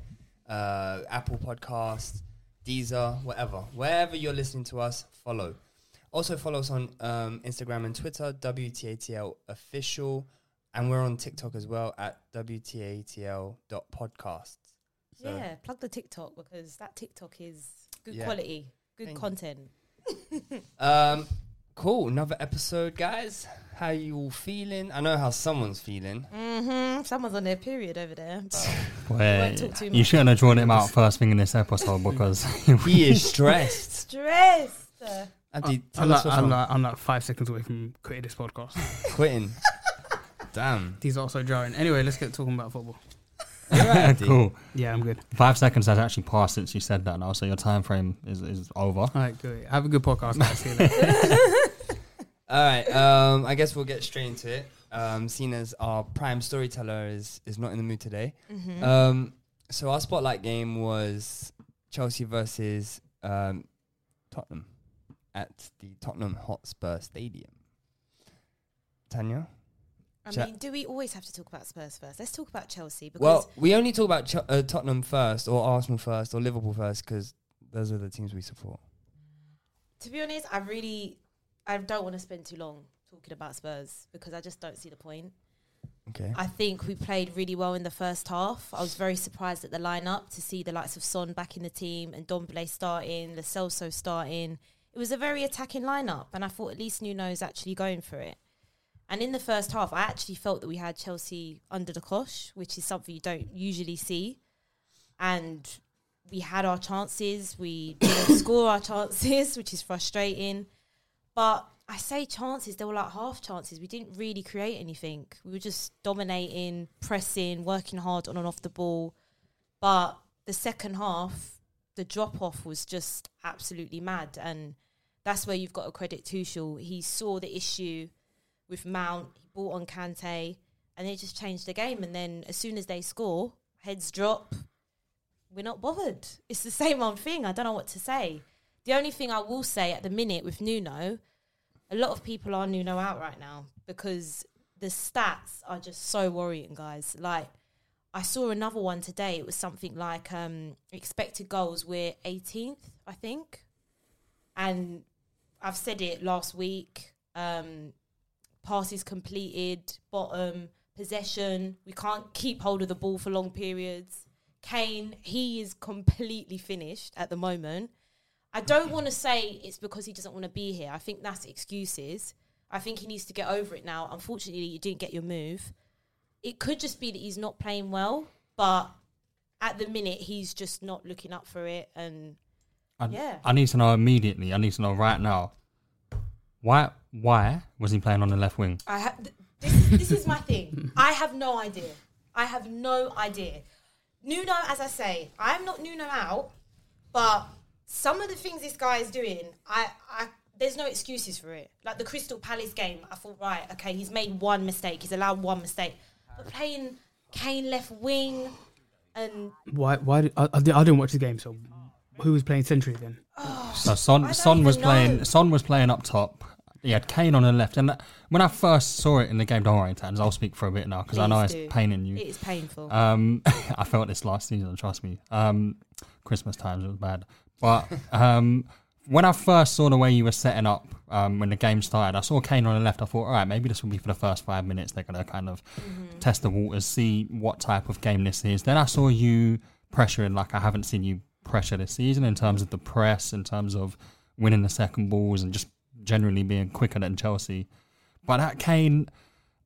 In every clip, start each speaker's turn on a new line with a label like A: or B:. A: uh, Apple Podcasts, Deezer, whatever. Wherever you're listening to us, follow. Also, follow us on um, Instagram and Twitter, WTATL Official. And we're on TikTok as well at WTATL.podcast. So-
B: Yeah, plug the TikTok because that TikTok is good
A: Yeah.
B: quality, good
A: Thank you.
B: content.
A: Um, cool. Another episode, guys. How you all feeling? I know how someone's feeling.
C: Mm.
B: Mm-hmm. Someone's on their period over there. But
D: Wait,
B: talk too
D: you
B: much.
D: shouldn't have drawn him out first thing in this episode because
A: He is stressed.
B: stressed.
A: Abdi, tell
C: I'm
A: us
C: like,
A: what's
C: I'm,
A: wrong.
C: like, I'm like five seconds away from quitting this podcast.
A: Quitting. Damn.
C: These are so jarring. Anyway, let's get talking about football.
A: You're right, Abdi.
D: cool.
C: Yeah, I'm good.
D: Five seconds has actually passed since you said that now, so your time frame is, is over.
C: All right, good. Have a good podcast. guys. See you later.
A: All right. Um, I guess we'll get straight into it. Um, seeing as our prime storyteller is is not in the mood today.
B: Mm-hmm.
A: Um, so our spotlight game was Chelsea versus um, Tottenham at the Tottenham Hotspur Stadium. Tanya.
B: I
A: Cha-
B: mean, do we always have to talk about Spurs first? Let's talk about Chelsea because
A: Well, we only talk about Ch- uh, Tottenham first, or Arsenal first, or Liverpool first, because those are the teams we support.
B: to be honest, I really, I don't want to spend too long talking about Spurs because I just don't see the point.
A: Okay.
B: I think we played really well in the first half. I was very surprised at the lineup to see the likes of Son back in the team and Domblé starting, Lo Celso starting. It was a very attacking lineup, and I thought at least Nuno's actually going for it. And in the first half, I actually felt that we had Chelsea under the cosh, which is something you don't usually see. And we had our chances. We didn't score our chances, which is frustrating. But I say chances, they were like half chances. We didn't really create anything. We were just dominating, pressing, working hard on and off the ball. But the second half, the drop off was just absolutely mad. And that's where you've got to credit Tuchel. He saw the issue with Mount, he bought on Kante, and it just changed the game. And then as soon as they score, heads drop, we're not bothered. It's the same old thing. I don't know what to say. The only thing I will say at the minute with Nuno, a lot of people are Nuno out right now because the stats are just so worrying, guys. Like, I saw another one today. It was something like um, expected goals. We're 18th, I think. And I've said it last week. Um, passes completed, bottom, possession. We can't keep hold of the ball for long periods. Kane, he is completely finished at the moment. I don't want to say it's because he doesn't want to be here. I think that's excuses. I think he needs to get over it now. Unfortunately, you didn't get your move. It could just be that he's not playing well, but at the minute, he's just not looking up for it. And
D: I,
B: Yeah.
D: I need to know immediately. I need to know right now.
A: Why? Why was he playing on the left wing?
B: I ha- th- this, this is my thing. I have no idea. I have no idea. Nuno, as I say, I'm not Nuno out, but some of the things this guy is doing, I, I there's no excuses for it. Like the Crystal Palace game, I thought, right, okay, he's made one mistake. He's allowed one mistake. But playing Kane left wing and
D: Why? Why? Did, I, I di- I didn't watch the game, so who was playing Century then?
A: So Son
B: don't
A: Son was
B: even know.
A: playing Son was playing up top. He had Kane on the left, and that, when I first saw it in the game, don't worry, Tans, I'll speak for a bit
D: Oh,
A: now because I know
B: Please do.
A: it's paining you.
B: It is painful.
A: Um, I felt this last season, trust me. Um, Christmas times was bad, but um, when I first saw the way you were setting up um, when the game started, I saw Kane on the left. I thought, all right, maybe this will be for the first five minutes. They're gonna kind of test the waters, see what type of game this is. Then I saw you pressuring like I haven't seen you pressure this season in terms of the press, in terms of winning the second balls, and just generally being quicker than Chelsea. But that Kane,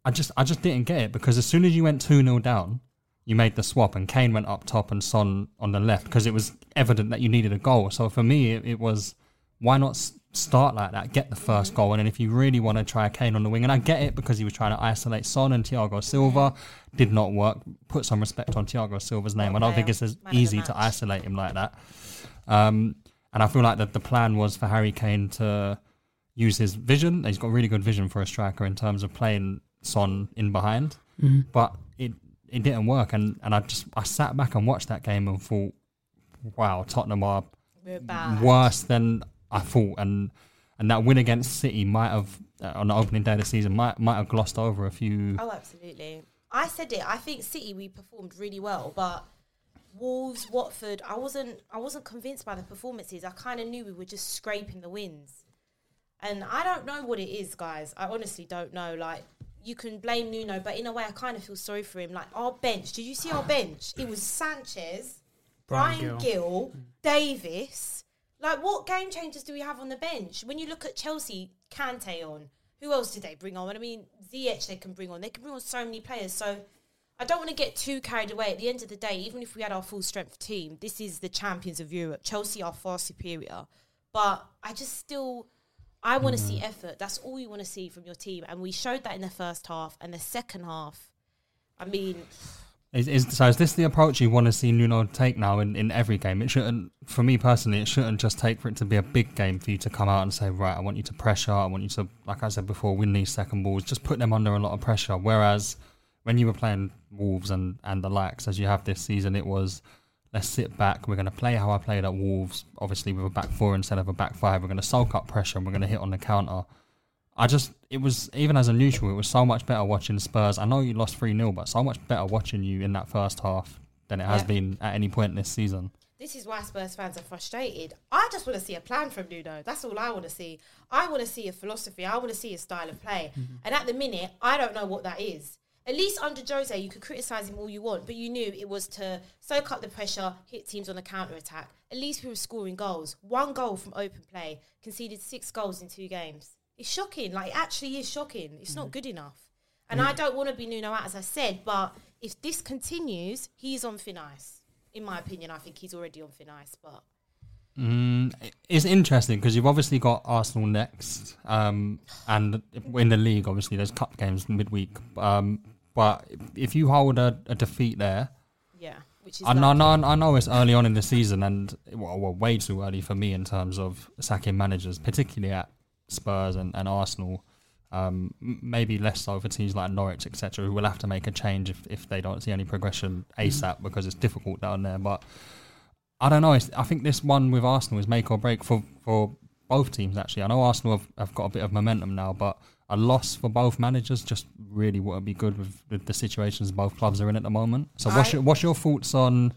A: I just I just didn't get it because as soon as you went two 0 down, you made the swap and Kane went up top and Son on the left because it was evident that you needed a goal. So for me, it, it was why not s- start like that, get the first goal, and then if you really want to try Kane on the wing, and I get it because he was trying to isolate Son and Thiago Silva, did not work. Put some respect on Thiago Silva's name. I don't think it's as
B: Man of the
A: easy to
B: match.
A: isolate him like that. Um, and I feel like that the plan was for Harry Kane to use his vision. He's got really good vision for a striker in terms of playing Son in behind, but it it didn't work. And and I just I sat back and watched that game and thought, wow, Tottenham are
B: We're bad.
A: worse than I thought, and and that win against City might have uh, on the opening day of the season might might have glossed over a few.
B: Oh, absolutely. I said it. I think City we performed really well, but Wolves, Watford, I wasn't. I wasn't convinced by the performances. I kind of knew we were just scraping the wins, and I don't know what it is, guys. I honestly don't know. Like you can blame Nuno, but in a way, I kind of feel sorry for him. Like our bench. Did you see our bench? It was Sanchez,
D: Brian
B: Brian Gill, Davis. Like what game changers do we have on the bench? When you look at Chelsea, Kante on. Who else did they bring on? I mean, Ziyech they can bring on. They can bring on so many players. So I don't want to get too carried away. At the end of the day, even if we had our full strength team, this is the champions of Europe. Chelsea are far superior. But I just still I want to see effort. That's all you want to see from your team. And we showed that in the first half and the second half. I mean,
A: Is, is so? Is this the approach you want to see Nuno take now in, in every game? It shouldn't. For me personally, it shouldn't just take for it to be a big game for you to come out and say, right, I want you to pressure. I want you to, like I said before, win these second balls. Just put them under a lot of pressure. Whereas when you were playing Wolves and and the likes, as you have this season, it was let's sit back. We're going to play how I played at Wolves, obviously with a back four instead of a back five. We're going to soak up pressure and we're going to hit on the counter. I just, it was, even as a neutral, it was so much better watching Spurs. I know you lost 3 0, but so much better watching you in that first half than it has
B: Yeah.
A: been at any point this season.
B: This is why Spurs fans are frustrated. I just want to see a plan from Nuno. That's all I want to see. I want to see a philosophy. I want to see a style of play. And at the minute, I don't know what that is. At least under Jose, you could criticise him all you want, but you knew it was to soak up the pressure, hit teams on the counter attack. At least we were scoring goals. One goal from open play, conceded six goals in two games. It's shocking. Like, it actually is shocking. It's not good enough. And I don't want to be Nuno out, as I said, but if this continues, he's on thin ice in my opinion, I think he's already on thin ice. But
A: It's interesting because you've obviously got Arsenal next, um, and in the league, obviously, there's cup games midweek. Um, but if you hold a, a defeat there,
B: yeah, which is
A: I know, I,
B: like-
A: know, I know it's early on in the season and well, well, way too early for me in terms of sacking managers, particularly at Spurs and, and Arsenal. Um, m- maybe less so for teams like Norwich, etc., who will have to make a change if, if they don't see any progression ASAP because it's difficult down there. But I don't know. It's, I think this one with Arsenal is make or break for, for both teams, actually. I know Arsenal have, have got a bit of momentum now, but a loss for both managers just really wouldn't be good with, with the situations both clubs are in at the moment. So, what's,
B: I-
A: your, what's your thoughts on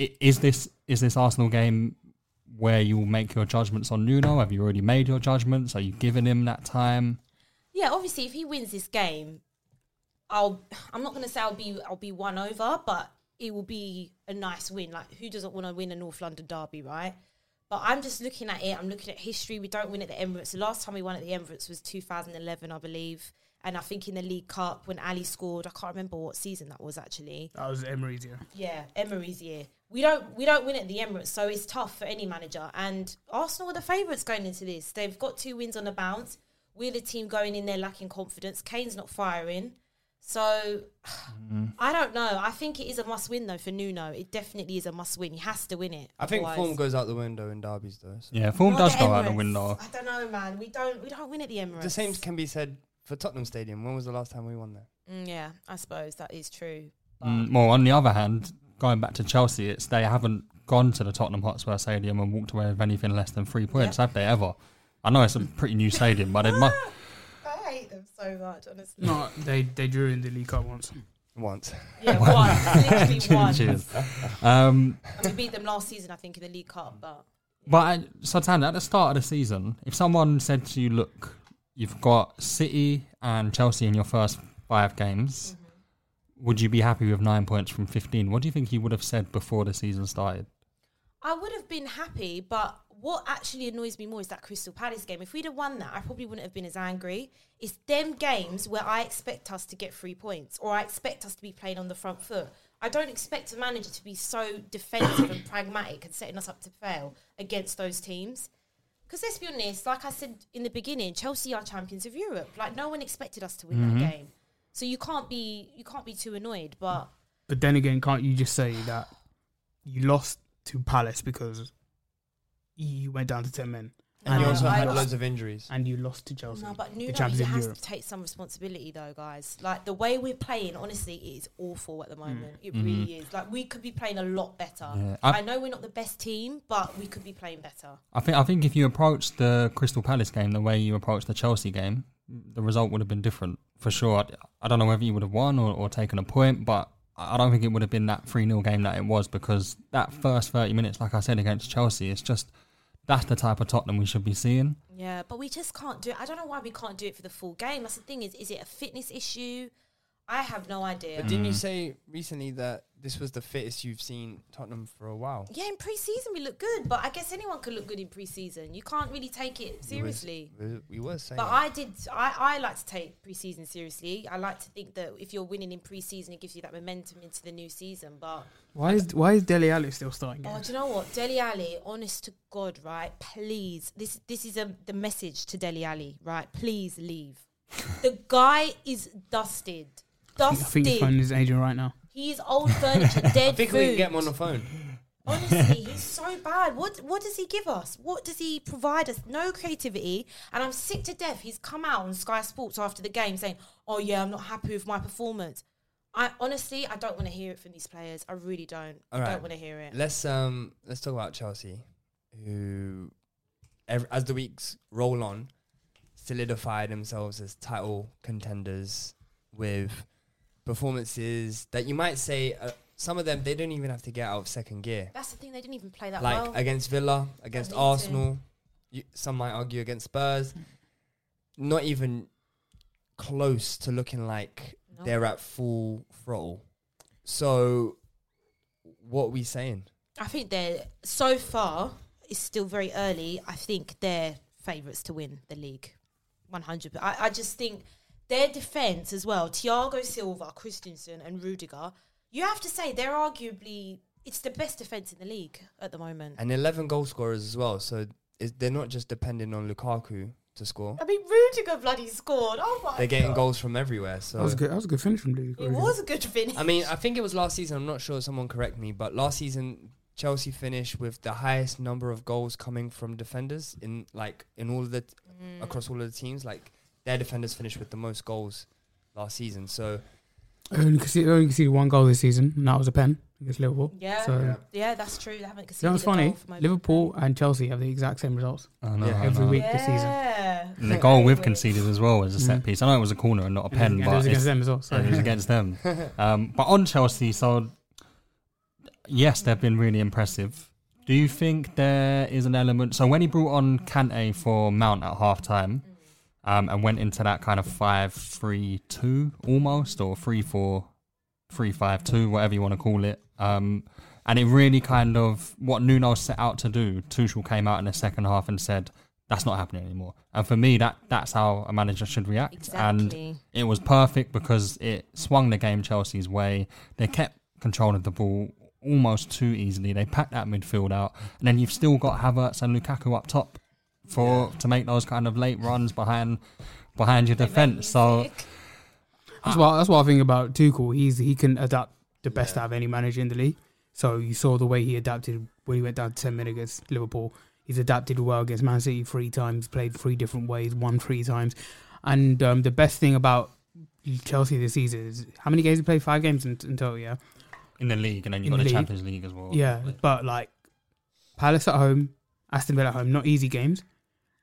A: i- is this is this Arsenal game where you'll make your judgments on Nuno? Have you already made your judgments? Are you giving him that time?
B: yeah, obviously, if he wins this game, I'll. I'm not going to say I'll be I'll be won over, but it will be a nice win. Like who doesn't want to win a North London derby, right? But I'm just looking at it. I'm looking at history. We don't win at the Emirates. The last time we won at the Emirates was 2011, I believe. And I think in the League Cup when Ali scored, I can't remember what season that was actually.
D: That was Emery's year.
B: Yeah, Emery's year. we don't we don't win at the Emirates, so it's tough for any manager. And Arsenal are the favourites going into this. They've got two wins on the bounce. We're the team going in there lacking confidence. Kane's not firing. So
A: Mm-hmm.
B: I don't know. I think it is a must win though for Nuno. It definitely is a must win. He has to win it.
E: I think
B: Otherwise-
E: form goes out the window in derbies, though. so-
A: Yeah, form
B: Not
A: does
B: the
A: go out the
B: Emirates.
A: window.
B: I don't know, man. We don't we don't win at the Emirates.
E: The same can be said for Tottenham Stadium. When was the last time we won there?
B: Mm, yeah, I suppose that is true.
A: Mm, well, on the other hand, going back to Chelsea, it's they haven't gone to the Tottenham Hotspur Stadium and walked away with anything less than three points, have they ever? I know it's a pretty new stadium, but it must.
B: I hate them so much, honestly.
D: No, they they drew in the League Cup once.
E: Once.
B: Yeah, one. Literally one.
A: Cheers. Um,
B: And we beat them last season, I think, in the League Cup, but
A: but I, Sultan, at the start of the season, if someone said to you, "Look, you've got City and Chelsea in your first five games," would you be happy with nine points from fifteen? What do you think he would have said before the season started?
B: I would have been happy, but what actually annoys me more is that Crystal Palace game. If we'd have won that, I probably wouldn't have been as angry. It's them games where I expect us to get three points or I expect us to be playing on the front foot. I don't expect a manager to be so defensive and pragmatic and setting us up to fail against those teams. Because let's be honest, like I said in the beginning, Chelsea are champions of Europe. Like no one expected us to win that game. So you can't be you can't be too annoyed, but
D: But then again, can't you just say that you lost to Palace because you went down to ten men
E: And you
B: Yeah,
E: also
B: I
E: had
B: lost-
E: loads of injuries.
D: and you lost to Chelsea,
B: No, but
D: the
B: Nuno he
D: champions of
B: has
D: Europe.
B: to take some responsibility, though, guys. Like the way we're playing, honestly, it is awful
E: Mm.
B: at the moment. It
E: Mm-hmm.
B: really is. Like we could be playing a lot better.
A: Yeah, I-
B: I, know we're not the best team, but we could be playing better.
A: I think I think if you approached the Crystal Palace game the way you approached the Chelsea game, the result would have been different for sure. I, I don't know whether you would have won or, or taken a point, but I I don't think it would have been that 3 0 game that it was because that first 30 minutes, like I said, against Chelsea, it's just that's the type of Tottenham we should be seeing.
B: Yeah, but we just can't do it. I don't know why we can't do it for the full game. That's the thing is, is it a fitness issue? I have no idea.
E: But didn't you say recently that this was the fittest you've seen Tottenham for a while?
B: yeah, in pre-season we look good, but I guess anyone could look good in pre-season. You can't really take it seriously.
E: We was- we were saying.
B: But I did. I, I like to take preseason seriously. I like to think that if you're winning in preseason, it gives you that momentum into the new season. But
D: Why is why is Deli Ali still starting?
B: oh,
D: games?
B: do you know what, Deli Ali? Honest to God, right? Please, this this is a, the message to Deli Ali, right? Please leave. the guy is dusted,
D: I think- I think he's phoning
B: dusted.
D: his agent right now.
B: He's old furniture, dead
E: I think
B: food.
E: we can get him on the phone.
B: Honestly, he's so bad. What what does he give us? What does he provide us? No creativity. And I'm sick to death. He's come out on Sky Sports after the game saying, "Oh yeah, I'm not happy with my performance." I honestly, I don't want to hear it from these players. I really don't.
E: All
B: I
E: right.
B: don't want to hear it.
E: Let's um let's talk about Chelsea, who ev- as the weeks roll on, solidify themselves as title contenders with performances that you might say uh, some of them they don't even have to get out of second gear.
B: That's the thing. They didn't even play that
E: like
B: well.
E: against Villa, against
B: Me too.
E: Arsenal, you, some might argue against Spurs. Not even close to looking like
B: No.
E: they're at full throttle. So, what are we saying?
B: I think they're so far. It's still very early. I think they're favourites to win the league, one hundred. I, I just think their defence as well. Thiago Silva, Christensen, and Rudiger. You have to say they're arguably it's the best defence in the league at the moment.
E: And 11 goal scorers as well. So, is, they're not just depending on Lukaku to score,
B: I mean, Rudiger bloody scored. Oh my!
E: they're getting goals from everywhere. So,
D: That was good. That was a good finish from Lee.
B: It was a good finish.
E: I mean, I think it was last season. I'm not sure. Someone correct me, but last season Chelsea finished with the highest number of goals coming from defenders in like in all of the t- across all of the teams. Like their defenders finished with the most goals last season. So
D: Only conceded, only conceded one goal this season, and that was a pen against Liverpool.
B: yeah,
D: So,
B: yeah,
D: yeah.
B: that's true. They haven't
D: You know
B: conceded.
D: what's
B: a goal
D: funny?
B: from over-
D: Liverpool and Chelsea have the exact same results.
A: I know,
E: Yeah.
A: I
D: Every
A: know.
D: week. this season.
B: Yeah.
A: uh, And the goal we've
B: Very weird.
A: conceded as well is a set piece. I know it was a corner and not a pen,
D: Mm. and it
A: but
D: was
A: it's-
D: against them as well. So.
A: So it was against them. Um, but on Chelsea, so yes, they've been really impressive. Do you think there is an element? So when he brought on Kante for Mount at half time um, and went into that kind of 5 3 2 almost, or 3 4 3 5 2, whatever you want to call it. Um, and it really kind of what Nuno set out to do. Tuchel came out in the second half and said, "That's not happening anymore." And for me, that that's how a manager should react.
B: Exactly.
A: And it was perfect because it swung the game Chelsea's way. They kept control of the ball almost too easily. They pack that midfield out, and then you've still got Havertz and Lukaku up top for to make those kind of late runs behind behind your defense. So
D: That's what that's what I think about Tuchel. He's he can adapt the best out of any manager in the league. So you saw the way he adapted when he went down to ten men against Liverpool. He's adapted well against Man City three times, played three different ways, won three times. And um, the best thing about Chelsea this season is how many games he played? Five games in, in total, yeah.
A: in the league, and then you've
D: In
A: got the
D: league.
A: Champions League as well.
D: Yeah, but like Palace at home, Aston Villa at home, not easy games,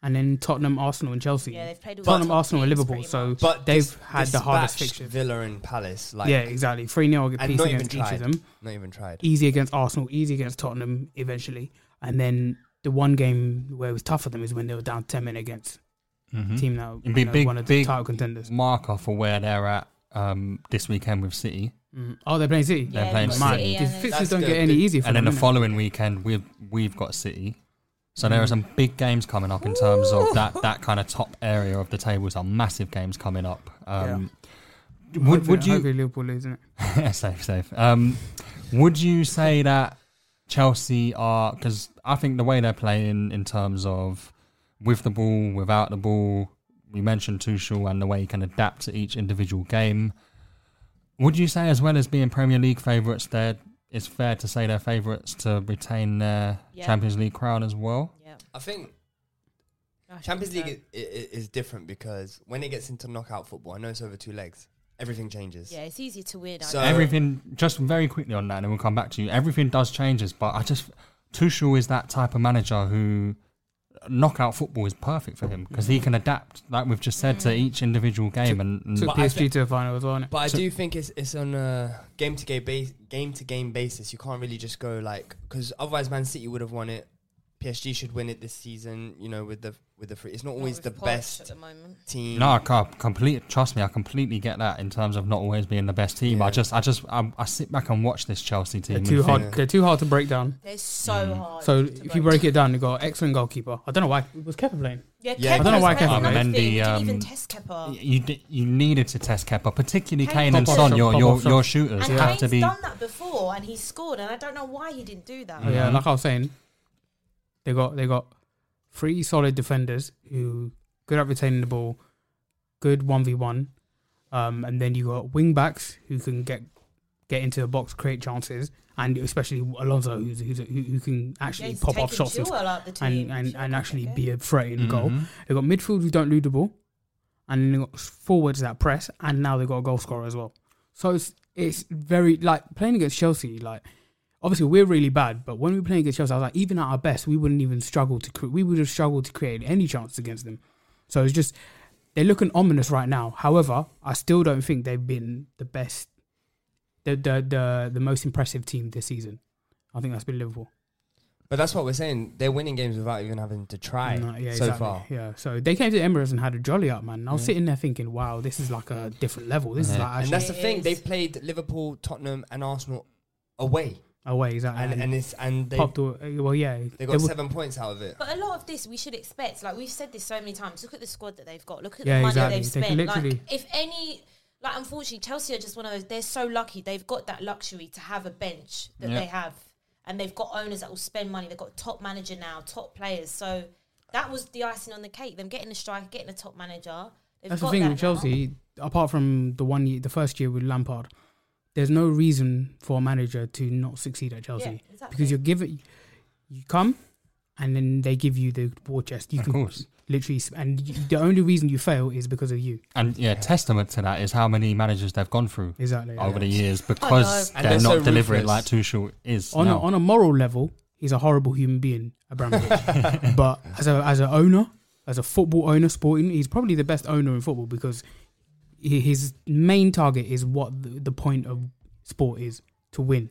D: and then Tottenham, Arsenal, and Chelsea.
B: Yeah, they've played all the
D: Tottenham,
B: top
D: Arsenal, and
B: teams
D: Liverpool.
B: pretty
D: So
E: But
D: they've
E: dis-
D: had the hardest
E: dispatched
D: fixture.
E: Villa and Palace, like
D: yeah, exactly. Three 0
E: and
D: piece
E: not even
D: against each
E: tried.
D: of them. E
E: Not even tried.
D: Easy against Arsenal, easy against Tottenham. Eventually, and then the one game where it was tough for them is when they were down ten men against a team that
A: Mm-hmm. It'd be
D: you know,
A: Hmm? big,
D: one of the
A: big
D: title contenders.
A: marker for where they're at um, this weekend with City.
D: Mm. Oh, they're playing City.
A: They're playing
B: they've got
D: Man,
A: City.
B: City
D: the
B: and then-
D: fixtures
E: That's
D: don't
E: good.
D: get any easier. For
A: and then
D: them,
A: the
D: innit?
A: following weekend we've we've got City. So there are some big games coming up in terms of that, that kind of top area of the table. Some massive games coming up. Um, Would would
D: Hopefully-
A: you
D: Hopefully Liverpool lose, innit?
A: yeah, safe safe? Um, would you say that Chelsea are because I think the way they're playing in terms of with the ball, without the ball. We mentioned Tuchel and the way he can adapt to each individual game. Would you say, as well as being Premier League favourites, that it's fair to say they're favourites to retain their
B: Yeah.
A: Champions League crown as well?
B: Yeah.
E: I think
B: I think
E: Champions
B: so.
E: League i- i- is, different because when it gets into knockout football, I know it's over two legs. Everything changes.
B: Yeah, it's easier to win. I
E: So-
B: think.
A: Everything, just very quickly on that, and then we'll come back to you. Everything does changes, but I just Tuchel is that type of manager who knockout football is perfect for him because he can adapt, like we've just said, to
B: Mm.
A: each individual game. And, and
D: Took
E: But I
D: PSG to the final as well, innit?
E: But I do think it's it's on a game to game base game to game basis. You can't really just go like because otherwise Man City would have won it. PSG should win it this season. You know, with the with the free. It's not
B: Not
E: always
B: with
E: the
B: Poch at
E: best
B: the moment.
E: team.
A: No, I can't complete. Trust me, I completely get that in terms of not always being the best team. I
E: Yeah.
A: just, I just, I, I sit back and watch this Chelsea team.
D: They're
A: and
D: too
A: think,
D: hard. They're too hard to break down.
B: They're so hard.
D: So
B: to
D: if you break it down, you got excellent goalkeeper. I don't know why was Kepa playing.
B: yeah,
E: Yeah.
B: Kepa
E: I don't know
B: was
D: why
B: playing
D: Kepa-
B: nothing.
A: Mendy,
B: Didn't
A: um,
B: even test Kepa.
A: You d- you needed to test Kepa, particularly
B: Kane-
A: Kane and
B: Pop-off
D: shot,
A: Son. Your
D: pop-off
A: your
D: shot.
A: your shooters
B: And
A: have
B: Kane's
A: to be.
B: done that before, and he scored, and I don't know why he didn't do that.
D: Yeah, like I was saying, they got they got three solid defenders who good at retaining the ball, good one v one, um, and then you got wing backs who can get get into the box, create chances, and especially Alonso who's, who's who, who can
B: Yeah,
D: actually
B: he's
D: pop off
B: taken
D: shots and,
B: Chilwell out the team.
D: and, and,
B: Chilwell
D: and
B: can't
D: actually
B: get
D: be a threat in goal.
A: Mhm.
D: They got midfield who don't lose the ball, and then they got forwards that press, and now they got a goal scorer as well. So it's it's very like playing against Chelsea. Like obviously we're really bad, but when we were playing against Chelsea, I was like even at our best, we wouldn't even struggle to cre- we would have struggled to create any chance against them. So it's just they're looking ominous right now. However, I still don't think they've been the best, the the the, the most impressive team this season. I think that's been Liverpool.
E: But that's what we're saying. They're winning games without even having to try
D: No, yeah,
E: so
D: exactly.
E: far.
D: Yeah, so they came to the Emirates and had a jolly up, man. I was sitting there thinking, wow, this is like a different level. This is like
E: And
D: actually
E: that's the
B: It
E: thing.
B: is.
E: They've played Liverpool, Tottenham, and Arsenal away,
D: away, exactly.
E: and and it's and they
D: popped. Away. Well, yeah,
E: they
D: they
E: got
D: were-
E: seven points out of it.
B: But a lot of this we should expect. Like we've said this so many times. Look at the squad that they've got. Look at
D: Yeah,
B: the
D: exactly.
B: money they've
D: They can
B: spent. Like
D: literally-
B: if any, like unfortunately, Chelsea are just one of those. They're so lucky. They've got that luxury to have a bench that
A: Yeah.
B: they have, and they've got owners that will spend money. They've got top manager now, top players. So that was the icing on the cake. Them getting a striker, getting a top manager. They've
D: That's
B: got
D: the thing
B: that
D: with
B: now.
D: Chelsea. Apart from the one year, the first year with Lampard, there's no reason for a manager to not succeed at Chelsea
B: exactly.
D: because you're given, you come, and then they give you the war chest. You
A: Of
D: can
A: course.
D: literally, sp- and you, the only reason you fail is because of you.
A: And yeah, testament to that is how many managers they've gone through
D: Exactly.
A: over the years because
B: know.
E: And
A: they're,
E: they're
A: not
E: so
A: delivering like
E: ruthless.
A: Tuchel is.
D: on
A: now.
D: a, on a moral level, he's a horrible human being, Abramovich. but as a as a owner, as a football owner, sporting, he's probably the best owner in football because hi- his main target is what the, the point of sport is to win.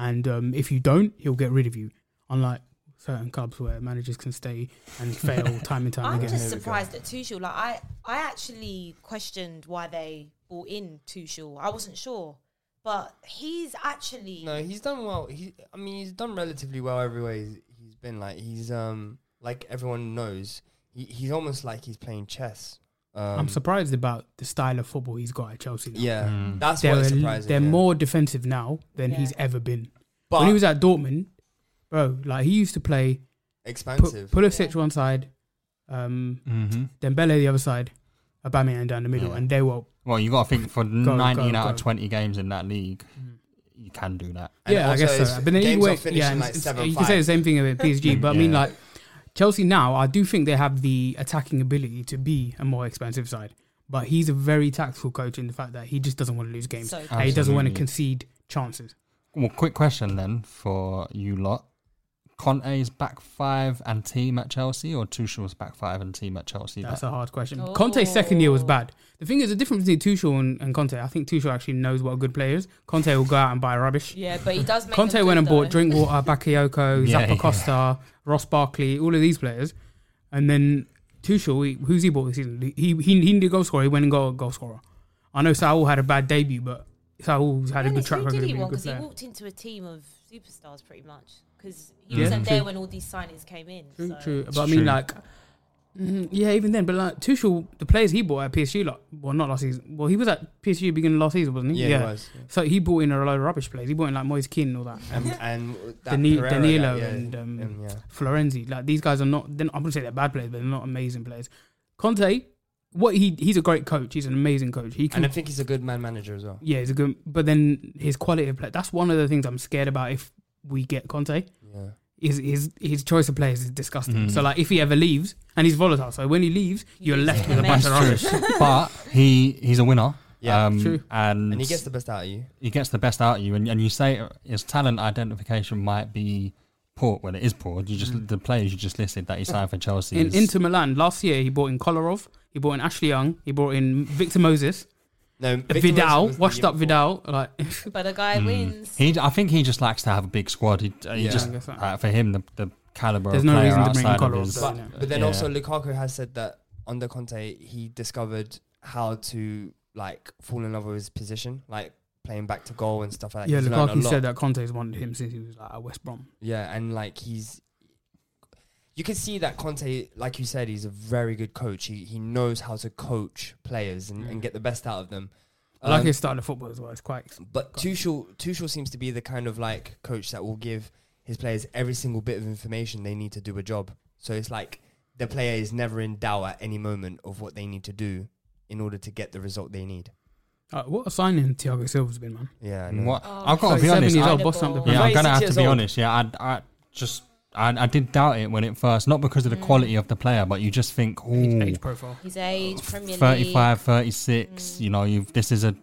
D: And um, if you don't, he'll get rid of you. Unlike certain clubs where managers can stay and fail time and time
B: I'm
D: again.
B: just surprised at Tuchel. Like I, I actually questioned why they brought in Tuchel. I wasn't sure, but he's actually
E: No, he's done well. He, I mean, he's done relatively well everywhere he's, he's been. Like he's um, like everyone knows, he, he's almost like he's playing chess. Um,
D: I'm surprised about the style of football he's got at Chelsea. now.
E: Yeah, that's
D: they're,
E: what is surprising.
D: they're
E: yeah.
D: more defensive now than
B: Yeah.
D: he's ever been.
E: But-
D: when he was at Dortmund, bro, like he used to play
E: Expansive.
D: Pul- Pulisic one side, um,
A: Mhm.
D: Dembele the other side, Aubameyang down the middle,
A: Yeah.
D: and they were
A: Well, you got to think for
D: go,
A: 19 out
D: go.
A: of 20 games in that league,
E: Mm.
A: you can do that.
E: And
D: yeah, I
E: also
D: guess
E: it's-
D: so. But then
E: games
D: you
E: are
D: went,
E: finishing
D: yeah, and
E: like
D: it's-
E: 7-5.
D: you can say the same thing about PSG. But I mean,
A: Yeah.
D: like Chelsea now, I do think they have the attacking ability to be a more expensive side. But he's a very tactical coach in the fact that he just doesn't want to lose games.
B: So
D: and he doesn't want to
A: Absolutely.
D: concede chances.
A: Well, quick question then for you lot. Conte's back five and team at Chelsea, or Tuchel's back five and team at Chelsea?
D: That's
A: That-
D: a hard question.
B: Oh.
D: Conte's second year was bad. The thing is, the difference between Tuchel and, and Conte, I think Tuchel actually knows what a good player is. Conte will go out and buy rubbish.
B: Yeah, but he does make
D: Conte
B: them
D: went
B: good,
D: and bought
B: though.
D: Drinkwater, Bakayoko,
A: Yeah, yeah.
D: Zappa Costa, Ross Barkley, all of these players. And then Tuchel, he, who's he bought this season? He he he did goal scorer. He went and got a goal scorer. I know Saul had a bad debut, but Saul's had a good
B: Dennis,
D: track
B: who
D: record. of
B: did he
D: being a
B: want?
D: good
B: Because he
D: player.
B: walked into a team of superstars pretty much. Because he
D: Yeah,
B: wasn't there
D: true.
B: when all these signings came in.
D: True,
B: so-
D: true. But I mean,
A: true.
D: like, mm, yeah, even then. But like Tuchel, the players he bought at PSG, like, well, not last season. Well, he was at PSG beginning of last season, wasn't he?
E: Yeah, he was, yeah.
D: So he bought in a load of rubbish players. He bought in like Moise Kean and all that.
E: and, and that
D: Dani-
E: Pereira, that-
D: Danilo
E: yeah,
D: and um,
E: him, yeah.
D: Florenzi. Like these guys are not. They're not I'm gonna say they're bad players, but they're not amazing players. Conte, what he he's a great coach. He's an amazing coach. He can.
E: And I think he's a good man manager as well.
D: yeah, he's a good. But then his quality of play. That's one of the things I'm scared about if we get Conte.
E: Yeah.
D: His his his choice of players is disgusting.
E: Mm.
D: So like if he ever leaves, and he's volatile. So when he leaves, you're left with a bunch of rubbish.
A: but he he's a winner.
E: Yeah,
A: um,
D: true.
A: And,
E: And he gets the best out of you.
A: he gets the best out of you. And, and you say his talent identification might be poor. Well, it is poor. You just
E: Mm.
A: the players you just listed that he signed for Chelsea.
D: In
A: is-
D: Inter Milan last year, he brought in Kolarov. He brought in Ashley Young. He brought in Victor Moses.
E: No, Victor Moses
D: Vidal,
E: was the
D: washed
E: year
D: up
E: before.
D: Vidal. Like
B: But a
D: Mm.
B: guy wins.
A: he, I think he just likes to have a big squad. He, he
E: Yeah.
A: just
D: I guess so.
A: uh, for him the the caliber.
D: There's
A: of
D: no
A: player
D: reason to bring in
A: outside of
D: Kolarov,
A: his-
D: though.
E: But,
D: Yeah.
E: but then
A: Yeah.
E: also Lukaku has said that under Conte he discovered how to like fall in love with his position, like playing back to goal and stuff like that.
D: yeah,
E: He's learned a
D: Lukaku
E: lot.
D: said that Conte's wanted him since he was like, at West Brom.
E: Yeah, and like he's, you can see that Conte, like you said, he's a very good coach. He he knows how to coach players and, and get the best out of them.
D: I like
E: Um,
D: his style of football as well. It's quite
E: But Tuchel, Tuchel seems to be the kind of like coach that will give his players every single bit of information they need to do a job. So it's like the player is never in doubt at any moment of what they need to do in order to get the result they need.
D: Uh, what a signing Thiago Silva's been, man.
E: Yeah, I know.
A: What,
B: Oh,
A: I've got to be
D: 37
A: honest.
D: years
A: I-
D: old, boss up the
A: Yeah, I'm
E: 36
A: gonna have to
E: years
A: be
E: old.
A: honest. Yeah, I, I just I, I did doubt it when it first, not because of the quality of the player, but you just think,
D: Age,
A: oh,
D: age profile.
B: His age, Premier League.
A: 35, 36,
E: Mm.
A: You know, you've this is a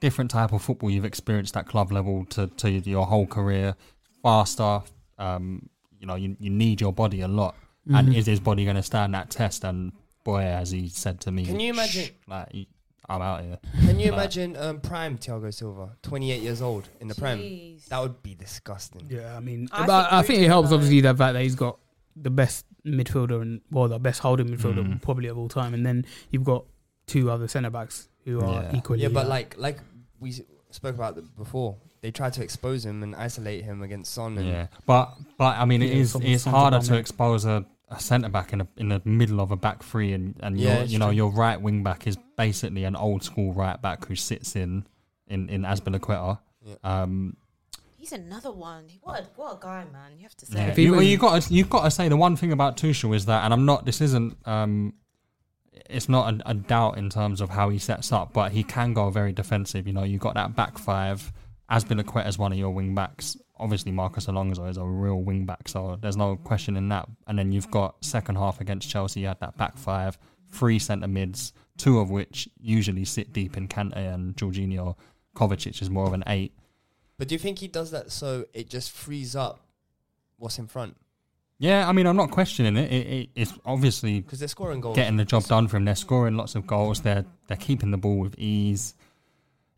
A: different type of football you've experienced at club level to to your whole career. Faster, um, you know, you you need your body a lot, and is his body going to stand that test? And boy, as he said to me,
E: Can you imagine-
A: "Shh, Like, you- I'm out here.
E: Can you
A: Like,
E: imagine um, prime Thiago Silva, 28 years old in the prem?
B: Jeez.
E: That would be disgusting.
D: Yeah, I mean,
B: I
D: but
B: think
D: I think
B: Rudiger
D: it helps
B: though-
D: obviously the fact that he's got the best midfielder and well, the best holding midfielder probably of all time, and then you've got two other centre backs who are
A: Yeah.
D: equally. uh,
E: Yeah, but like like we s- spoke about th- before, they tried to expose him and isolate him against Son. And
A: Yeah, but but I mean, it
D: Yeah,
A: is
D: some-
A: it's
D: some
A: harder
D: dynamic.
A: to expose a, a centre back in a, in the middle of a back three, and and
E: Yeah,
A: your
E: it's
A: you know
E: true.
A: your right wing back is basically an old school right back who sits in in in Azpilicueta. Um,
B: He's another one. What a, what a guy, man. You have to
A: yeah.
B: say.
D: he
A: you,
D: was-
A: you got you got to say the one thing about Tuchel is that, and I'm not. This isn't. Um, it's not a, a doubt in terms of how he sets up, but he can go very defensive. You know, you got that back five. Azpilicueta is one of your wing backs. Obviously, Marcus Alonso is a real wing back, so there's no question in that. And then you've got second half against Chelsea. You had that back five, three centre mids, two of which usually sit deep in Kante and Jorginho. Kovacic is more of an eight.
E: But do you think he does that so it just frees up what's in front?
A: Yeah, I mean, I'm not questioning it. it, it it's obviously
E: Because they're scoring goals.
A: getting the job done for him. They're scoring lots of goals. They're they're keeping the ball with ease.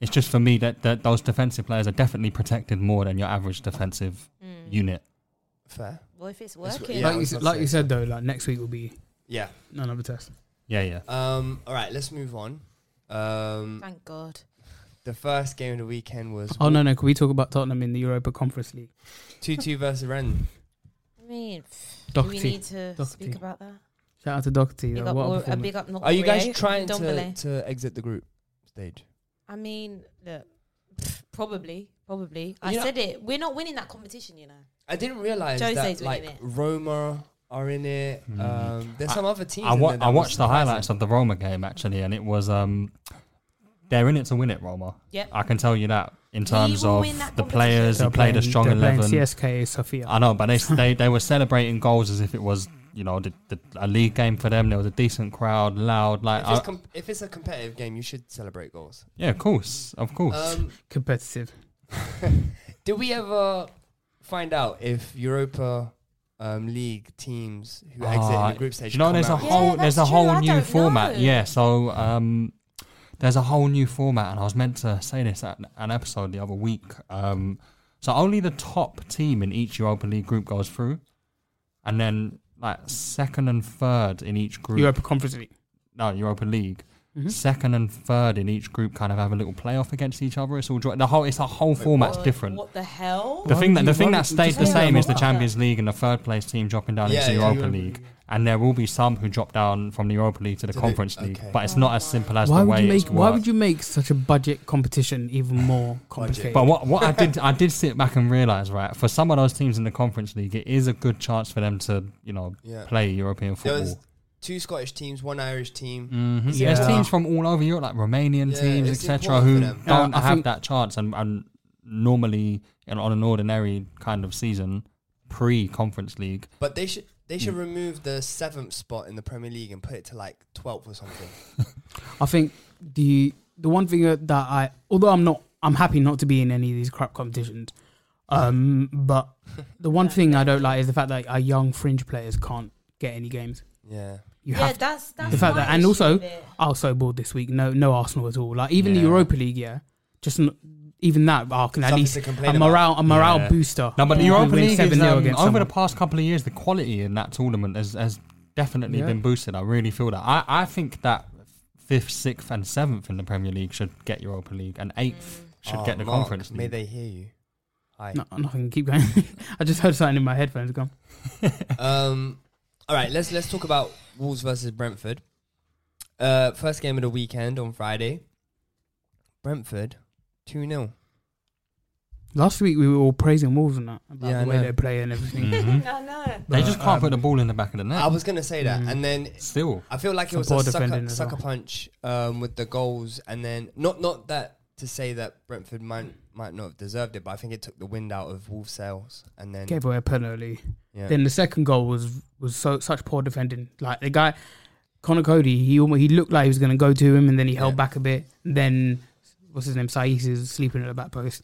A: It's just for me that, that those defensive players are definitely protected more than your average defensive unit.
E: Fair.
B: Mm. Well, if it's
E: That's-
B: working.
E: yeah. I
D: like, you,
E: was
D: s-
E: about to
D: like
E: say.
D: you said though, like next week will be
E: Yeah.
D: another test.
A: Yeah, yeah.
E: Um. All right. Let's move on. Um.
B: Thank God.
E: The first game of the weekend was
D: Oh no, no, can we talk about Tottenham in the Europa Conference League?
E: two-two versus Ren.
B: I mean, pff, do we
D: Doherty.
B: need to
D: Doherty.
B: speak about that?
D: Shout out to Doherty.
B: Big
D: though,
B: up,
D: what a
B: Ori- a
D: performance.
B: big up. Not
E: Are you guys
B: Ori,
E: trying to,
B: Dombele.
E: to exit the group stage?
B: I mean, look, pff, probably, Probably. I
E: You know-
B: said it. We're not winning that competition, you know.
E: I didn't realize
B: Jose's
E: that
B: winning
E: like
B: it.
E: Roma are in it. Um, there's some other teams.
A: Hmm. I,
E: in
A: wa-
E: there that
A: I
E: was
A: watched the
E: surprising.
A: highlights of the Roma game actually, and it was um, they're in it to win it, Roma.
B: Yep.
A: I can tell you that in terms
B: will
A: of
B: win that
A: the players
D: They're
A: who played a
D: playing-
A: strong
D: they're playing
A: eleven.
D: CSKA Sofia.
A: I know, but they, they they were celebrating goals as if it was you know the, the, a league game for them. There was a decent crowd, loud, like
E: If it's,
A: I-
E: com- if it's a competitive game, you should celebrate goals.
A: yeah, of course, of course.
E: Um,
D: competitive.
E: did we ever find out if Europa um, League teams who exit in
A: Ah,
E: the group stage?
A: You know,
E: come
A: there's a
E: out?
A: whole
B: Yeah,
A: there's a
B: that's
A: whole
B: true, I
A: new
B: don't
A: format.
B: know.
A: Yeah, so um, there's a whole new format, and I was meant to say this at an episode the other week. Um, so only the top team in each Europa League group goes through, and then like second and third in each group.
D: Europa Conference League.
A: no Europa League.
E: Mm-hmm.
A: Second and third in each group kind of have a little playoff against each other. It's all dro- the whole. It's a whole format's
B: What-
A: different.
B: What the hell?
A: The
D: Why
A: thing
D: would
A: that
D: you-
A: the
D: why
A: thing
D: would
A: that
D: you
A: stays the
D: just
A: same
D: level
A: is the
D: up?
A: Champions League and the third place team dropping down
E: Yeah,
A: into the
E: yeah,
A: Europa
E: Europa
A: League, and there will be some who drop down from the Europa League to the
E: To the-
A: Conference League.
E: okay.
A: But it's not as simple as
D: Why
A: the
D: would
A: way
D: you make
A: it's
D: Why
A: worked.
D: would you make such a budget competition even more complicated?
A: But what what I did I did sit back and realize right for some of those teams in the Conference League, it is a good chance for them to you know
E: Yeah.
A: play European
E: There
A: football.
E: was two Scottish teams, one Irish team.
A: Mhm.
D: Yeah.
A: There's teams from all over Europe, like Romanian
E: Yeah,
A: teams,
E: it's
A: etc.,
E: important
A: who
E: for them.
A: don't
D: Yeah, I
A: have
D: think-
A: that chance and, and normally in, on an ordinary kind of season, pre-Conference League.
E: But they should they
A: Mm.
E: should remove the seventh spot in the Premier League and put it to like twelfth or something.
D: I think the the one thing that I, although I'm not, I'm happy not to be in any of these crap competitions. Um, but the one thing I don't like is the fact that our young fringe players can't get any games.
E: yeah.
D: You
B: yeah,
D: have to.
B: that's that's
D: the fact that,
B: my
D: and
B: issue
D: also,
B: with it.
D: I was so bored this week. No, no Arsenal at all. Like even the
A: Yeah.
D: Europa League, yeah, just n- even that. I can at
E: Something
D: least
E: to
D: a
E: complain
D: morale, a morale
A: Yeah.
D: booster.
A: No, but the
D: You can
A: Europa
D: win
A: League is,
D: 7-0
A: um,
D: against
A: over the
D: someone.
A: past couple of years, the quality in that tournament has, has definitely
D: Yeah.
A: been boosted. I really feel that. I, I think that fifth, sixth, and seventh in the Premier League should get Europa League, and eighth should
E: Oh,
A: get the
E: Mark,
A: Conference
E: May
A: League.
E: they hear you. Hi.
D: No, nothing. Keep going. I just heard something in my headphones. Gone.
E: Um, all right, let's let's talk about Wolves versus Brentford. Uh, first game of the weekend on Friday. Brentford, two 0
D: Last week we were all praising Wolves and that about
E: Yeah, I
D: the way
E: know.
D: they play and everything. um,
A: Mhm.
D: Mm-hmm.
B: I know.
A: They just can't put the ball in the back of the net.
E: Um, I was gonna say that,
D: Mm.
E: and then
A: Still,
E: I feel like it
D: Some
E: was
D: poor
E: a sucker,
D: defending as
E: sucker
D: well.
E: punch um, with the goals, and then not not that to say that Brentford might might not have deserved it, but I think it took the wind out of Wolves' sails, and then
D: Gave away a penalty.
E: yeah.
D: Then the second goal was was so such poor defending. Like the guy, Connor Cody, he almost, he looked like he was going to go to him, and then he held
E: Yeah.
D: back a bit. Then what's his name, Saïs is sleeping at the back post.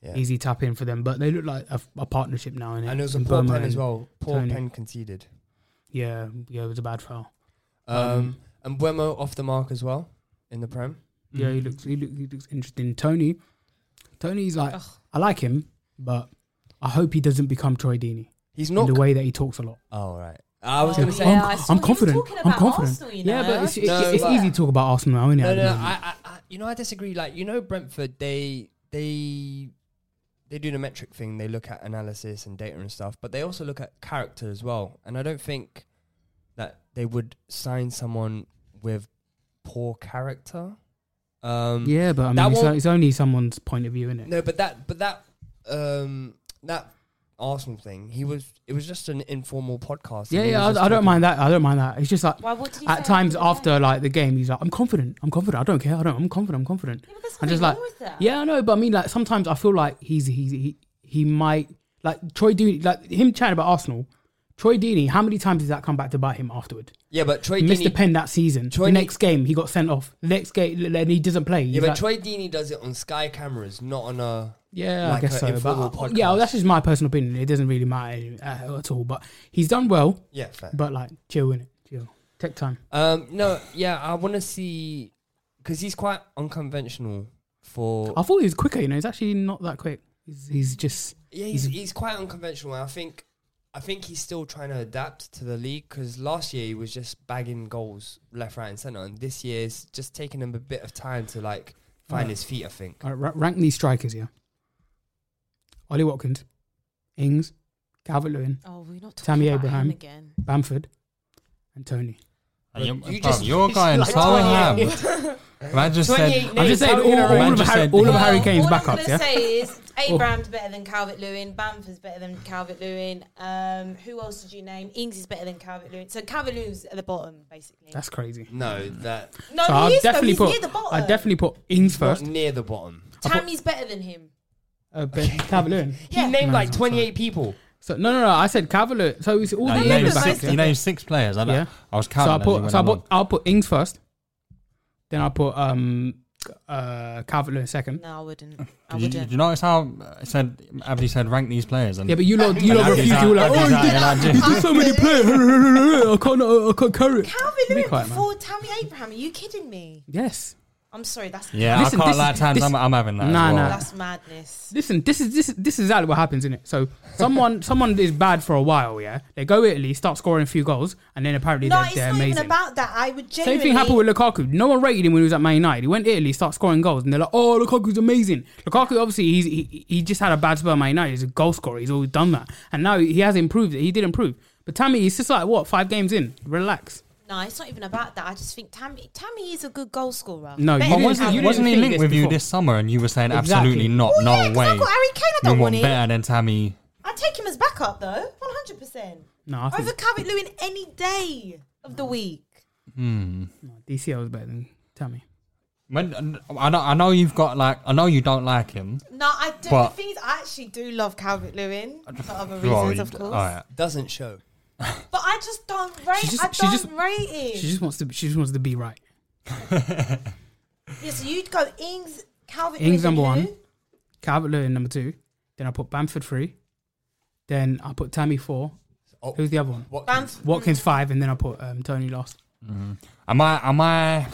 E: Yeah.
D: Easy tap in for them, but they look like a, a partnership now. innit?
E: and it was a
D: In
E: poor
D: Burma
E: pen as
D: and-
E: well. Poor
D: Tony.
E: pen conceded.
D: Yeah, yeah, it was a bad foul.
E: Um, and Buemo off the mark as well in the prem.
D: Yeah, he looks he, look, he looks interesting. Tony, Tony's like
B: Ugh.
D: I like him, but I hope he doesn't become Troy Deeney
E: He's
D: in
E: not.
D: the way that he talks a lot.
E: oh right. I was
B: Oh,
E: gonna say.
B: yeah,
D: I'm,
B: I saw
D: I'm
B: you were
D: confident.
B: talking
D: I'm
B: about
D: confident.
B: Arsenal, you
D: Yeah,
B: know.
D: but it's, it,
E: No,
D: it's
E: but-
D: easy to talk about Arsenal now, isn't
E: No,
D: it?
E: no, I, I, I, you know, I disagree. Like, you know, Brentford, they, they, they do the metric thing. They look at analysis and data and stuff, but they also look at character as well. And I don't think that they would sign someone with poor character. Um,
D: yeah, but I
E: That
D: mean, it's,
E: won't-
D: it's only someone's point of view, is it?
E: No, but that, but that, um, that Arsenal thing. He was. It was just an informal podcast. and
D: yeah,
E: he
D: yeah,
E: was just
D: I, I don't
E: talking.
D: mind that. I don't mind that. It's just like
B: Why, what did he say
D: at times
B: the other
D: after
B: day?
D: like the game, he's like, "I'm confident. I'm confident. I don't care. I don't. I'm confident. I'm confident."
B: Yeah, but there's
D: I'm
B: nothing
D: just like,
B: wrong with that.
D: yeah, I know, but I mean, like sometimes I feel like he's he's he, he might like Troy Deeney, like him chatting about Arsenal. Troy Deeney, how many times does that come back to bite him afterward?
E: Yeah, but Troy
D: He missed a
E: Deeney.
D: pen that season.
E: Troy
D: the
E: Deeney-
D: next game, he got sent off. The next game, then he doesn't play.
E: Yeah,
D: He's
E: but
D: like-
E: Troy Deeney does it on Sky cameras, not on a.
D: Yeah,
E: like
D: I guess
E: a
D: so.
E: informal
D: But uh,
E: podcast.
D: yeah, well, that's just my personal opinion. It doesn't really matter uh, at all. But he's done well.
E: Yeah, fair.
D: But like, chill in it. Chill. Take time.
E: Um, no, yeah, I want to see because he's quite unconventional for.
D: I thought he was quicker. You know, he's actually not that quick. He's, he's just
E: yeah, he's he's quite unconventional. and I think I think he's still trying to adapt to the league because last year he was just bagging goals left, right, and centre, and this year it's just taking him a bit of time to like find
D: Yeah.
E: his feet. I think.
D: all right, ra- rank these strikers. Yeah, Ollie Watkins, Ings, Calvert Lewin,
B: Oh, we're not talking
D: Tammy
B: about him
D: Abraham.
B: again.
D: Bamford, and Tony.
A: I And you,
E: You
A: bro,
E: just-
A: your
E: it's
A: guy and
E: like
A: Salah
E: 28.
A: Ham. Man just said,
E: 28 I'm just names. saying How are we all- gonna all
A: Man
E: of
A: just
E: Harry-
A: said-
D: all of Harry
B: All
D: Kane's
B: I'm
D: backups,
B: gonna
D: yeah. Oh.
B: say is Abraham's better than Calvert Lewin. Bamford's better than Calvert Lewin. Um, who else did you name? Ings is better than Calvert Lewin. So Calvert Lewin's at the bottom, basically.
D: That's crazy.
E: No,
A: Mm.
E: that
B: No,
D: so
B: he
D: I'd
B: is though.
D: definitely
B: He's
D: put
B: near the bottom.
D: I definitely put Ings
E: not
D: first.
E: near the bottom.
B: Tammy's better than him.
D: Uh, but Cavalier.
E: He named like 28 people.
D: So no, no, no. I said Cavalier. So it's all
A: No,
D: the
A: you, named
D: names
A: six,
D: back.
A: you named six players. I,
D: Yeah.
A: yeah. I was
D: So I
A: counting.
D: put,
A: as
D: so I
A: you went
D: put, I'll put Ings first. Then I'll put um, uh, Cavalier second.
B: No, I wouldn't. I
A: along. Did you, did
B: wouldn't.
A: you notice how I said Abdi said rank these players? And
D: Yeah, but you lot, you lot
A: Abdi's
D: refused.
A: out,
D: You were like,
A: Abdi's
D: oh,
A: out,
D: you did,
A: and I did-
D: you did so many players. I can't, I can't carry it.
B: Calvert
D: Be
B: Lewin
D: quiet, man.
B: before Tammy Abraham. Are you kidding me?
D: Yes.
B: I'm sorry. That's
A: Yeah,
D: Listen, this
A: I can't
D: is-
A: lie, times
D: this-
A: I'm, I'm having that. as
D: Nah,
A: well.
D: nah.
B: that's madness.
D: Listen, this is this is- this is exactly what happens, isn't it? So someone someone is bad for a while, yeah. They go Italy, start scoring a few goals, and then apparently
B: No,
D: they're,
B: it's
D: they're
B: not
D: amazing.
B: even about that. I would
D: Same
B: genuinely.
D: thing happened with Lukaku. No one rated him when he was at Man United. He went to Italy, started scoring goals, and they're like, "Oh, Lukaku's amazing." Lukaku, obviously, he's, he he just had a bad spell at Man United. He's a goal scorer. He's always done that, and now he has improved. He did improve, but Tammy, he's just like what five games in. Relax.
B: No, it's not even about that. I just think Tammy. Tammy is a good goal scorer.
D: No, you
B: Better
A: But
B: than
D: didn't-
A: wasn't,
B: Calvert
D: you
A: wasn't he
D: think
A: linked
D: this
A: with you
D: before.
A: this summer and you were saying
D: Exactly.
A: absolutely not,
B: Well,
A: Oh, no
B: yeah, 'cause
A: way.
B: I got Harry Kane, I don't
A: we
B: want
A: want
B: him.
A: better than Tammy.
B: I'd take him as backup though, one hundred percent.
D: No, I
B: Over
D: think
B: Calvert Lewin any day of the week.
D: DCL was better than Tammy.
A: When, I, know, I know you've got like, I know you don't like him.
B: No, I do.
A: But-
B: the thing is, I actually do love Calvert Lewin for other
A: Well,
B: reasons,
A: you-
B: of course.
A: alright.
E: Doesn't show.
B: But I just don't rate.
D: She just-
B: I
D: she
B: don't
D: just-
B: rate him.
D: She just wants to. She just wants to be right.
B: yes, you'd go Ings, Calvert
D: Ings
B: Lewin.
D: number one, Calvert Lewin number two. Then I put Bamford three. Then I put Tammy four.
E: Oh.
D: Who's the other one?
E: Watkins.
D: Watkins five, and then I put um, Tony last.
A: Am I, am I,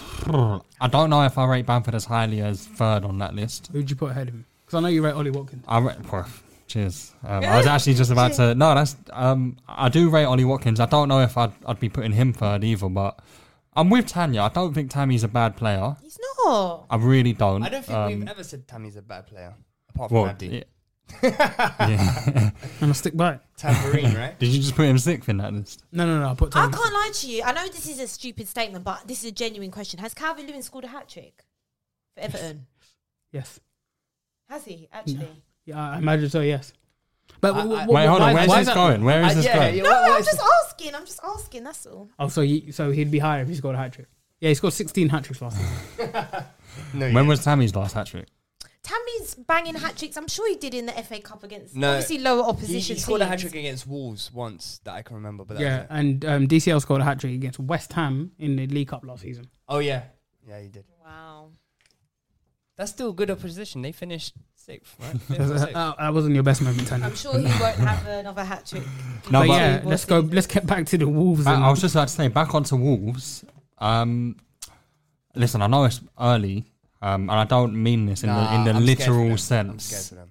A: I don't know if I rate Bamford as highly as third on that list.
D: Who'd you put ahead of him? Because I know you rate Ollie Watkins.
A: I rate, phew, cheers. Um, I was actually just about to, no, that's, um, I do rate Ollie Watkins. I don't know if I'd, I'd be putting him third either, but I'm with Tanya. I don't think Tammy's a bad player.
B: He's not.
A: I really don't.
E: I don't think
A: Um,
E: we've ever said Tammy's a bad player. Apart from
A: well,
E: Abdi.
A: yeah.
D: And I stick by it.
E: Tambourine, right?
A: Did you just put him sixth in that list?
D: No, no, no. I put
B: I
D: Tony.
B: can't lie to you. I know this is a stupid statement, but this is a genuine question. Has Calvert Lewin scored a hat trick for Everton?
D: Yes.
B: Has he actually?
D: Yeah, I imagine so. Yes. But
E: I- I-
D: wh- wh-
A: Wait, hold
D: why-
A: on. Where's
D: why
A: this
D: is that-
A: going? Where is
E: Uh,
A: this
E: yeah,
A: going?
E: yeah,
B: No,
E: what- what
B: I'm
E: is-
B: just asking. I'm just asking. That's all.
D: Oh, so he, so he'd be higher if he scored a hat trick. Yeah, he scored 16 hat tricks last season.
E: no,
A: When
E: yeah.
A: was Tammy's last hat trick?
B: Tammy's banging hat tricks. I'm sure he did in the FA Cup against
E: No.
B: obviously lower
E: he,
B: opposition.
E: he scored a
B: teams.
E: hat trick against Wolves once that I can remember, but that
D: Yeah,
E: was it.
D: and um, DCL scored a hat trick against West Ham in the League Cup last season.
E: Oh yeah, yeah, he did.
B: Wow.
E: That's still good opposition. They finished sixth, right? Fifth or sixth.
D: Uh, that wasn't your best moment, Tony.
B: I'm sure he won't have another hat trick.
A: No,
D: but
A: but-
D: yeah, let's go. Let's get back to the Wolves.
A: I,
D: and-
A: I was just about to say, back onto Wolves. Um, listen, I know it's early, um, and I don't mean this in the
E: Nah,
A: in the
E: I'm scared for them.
A: literal
E: I'm scared
A: sense.
E: for them.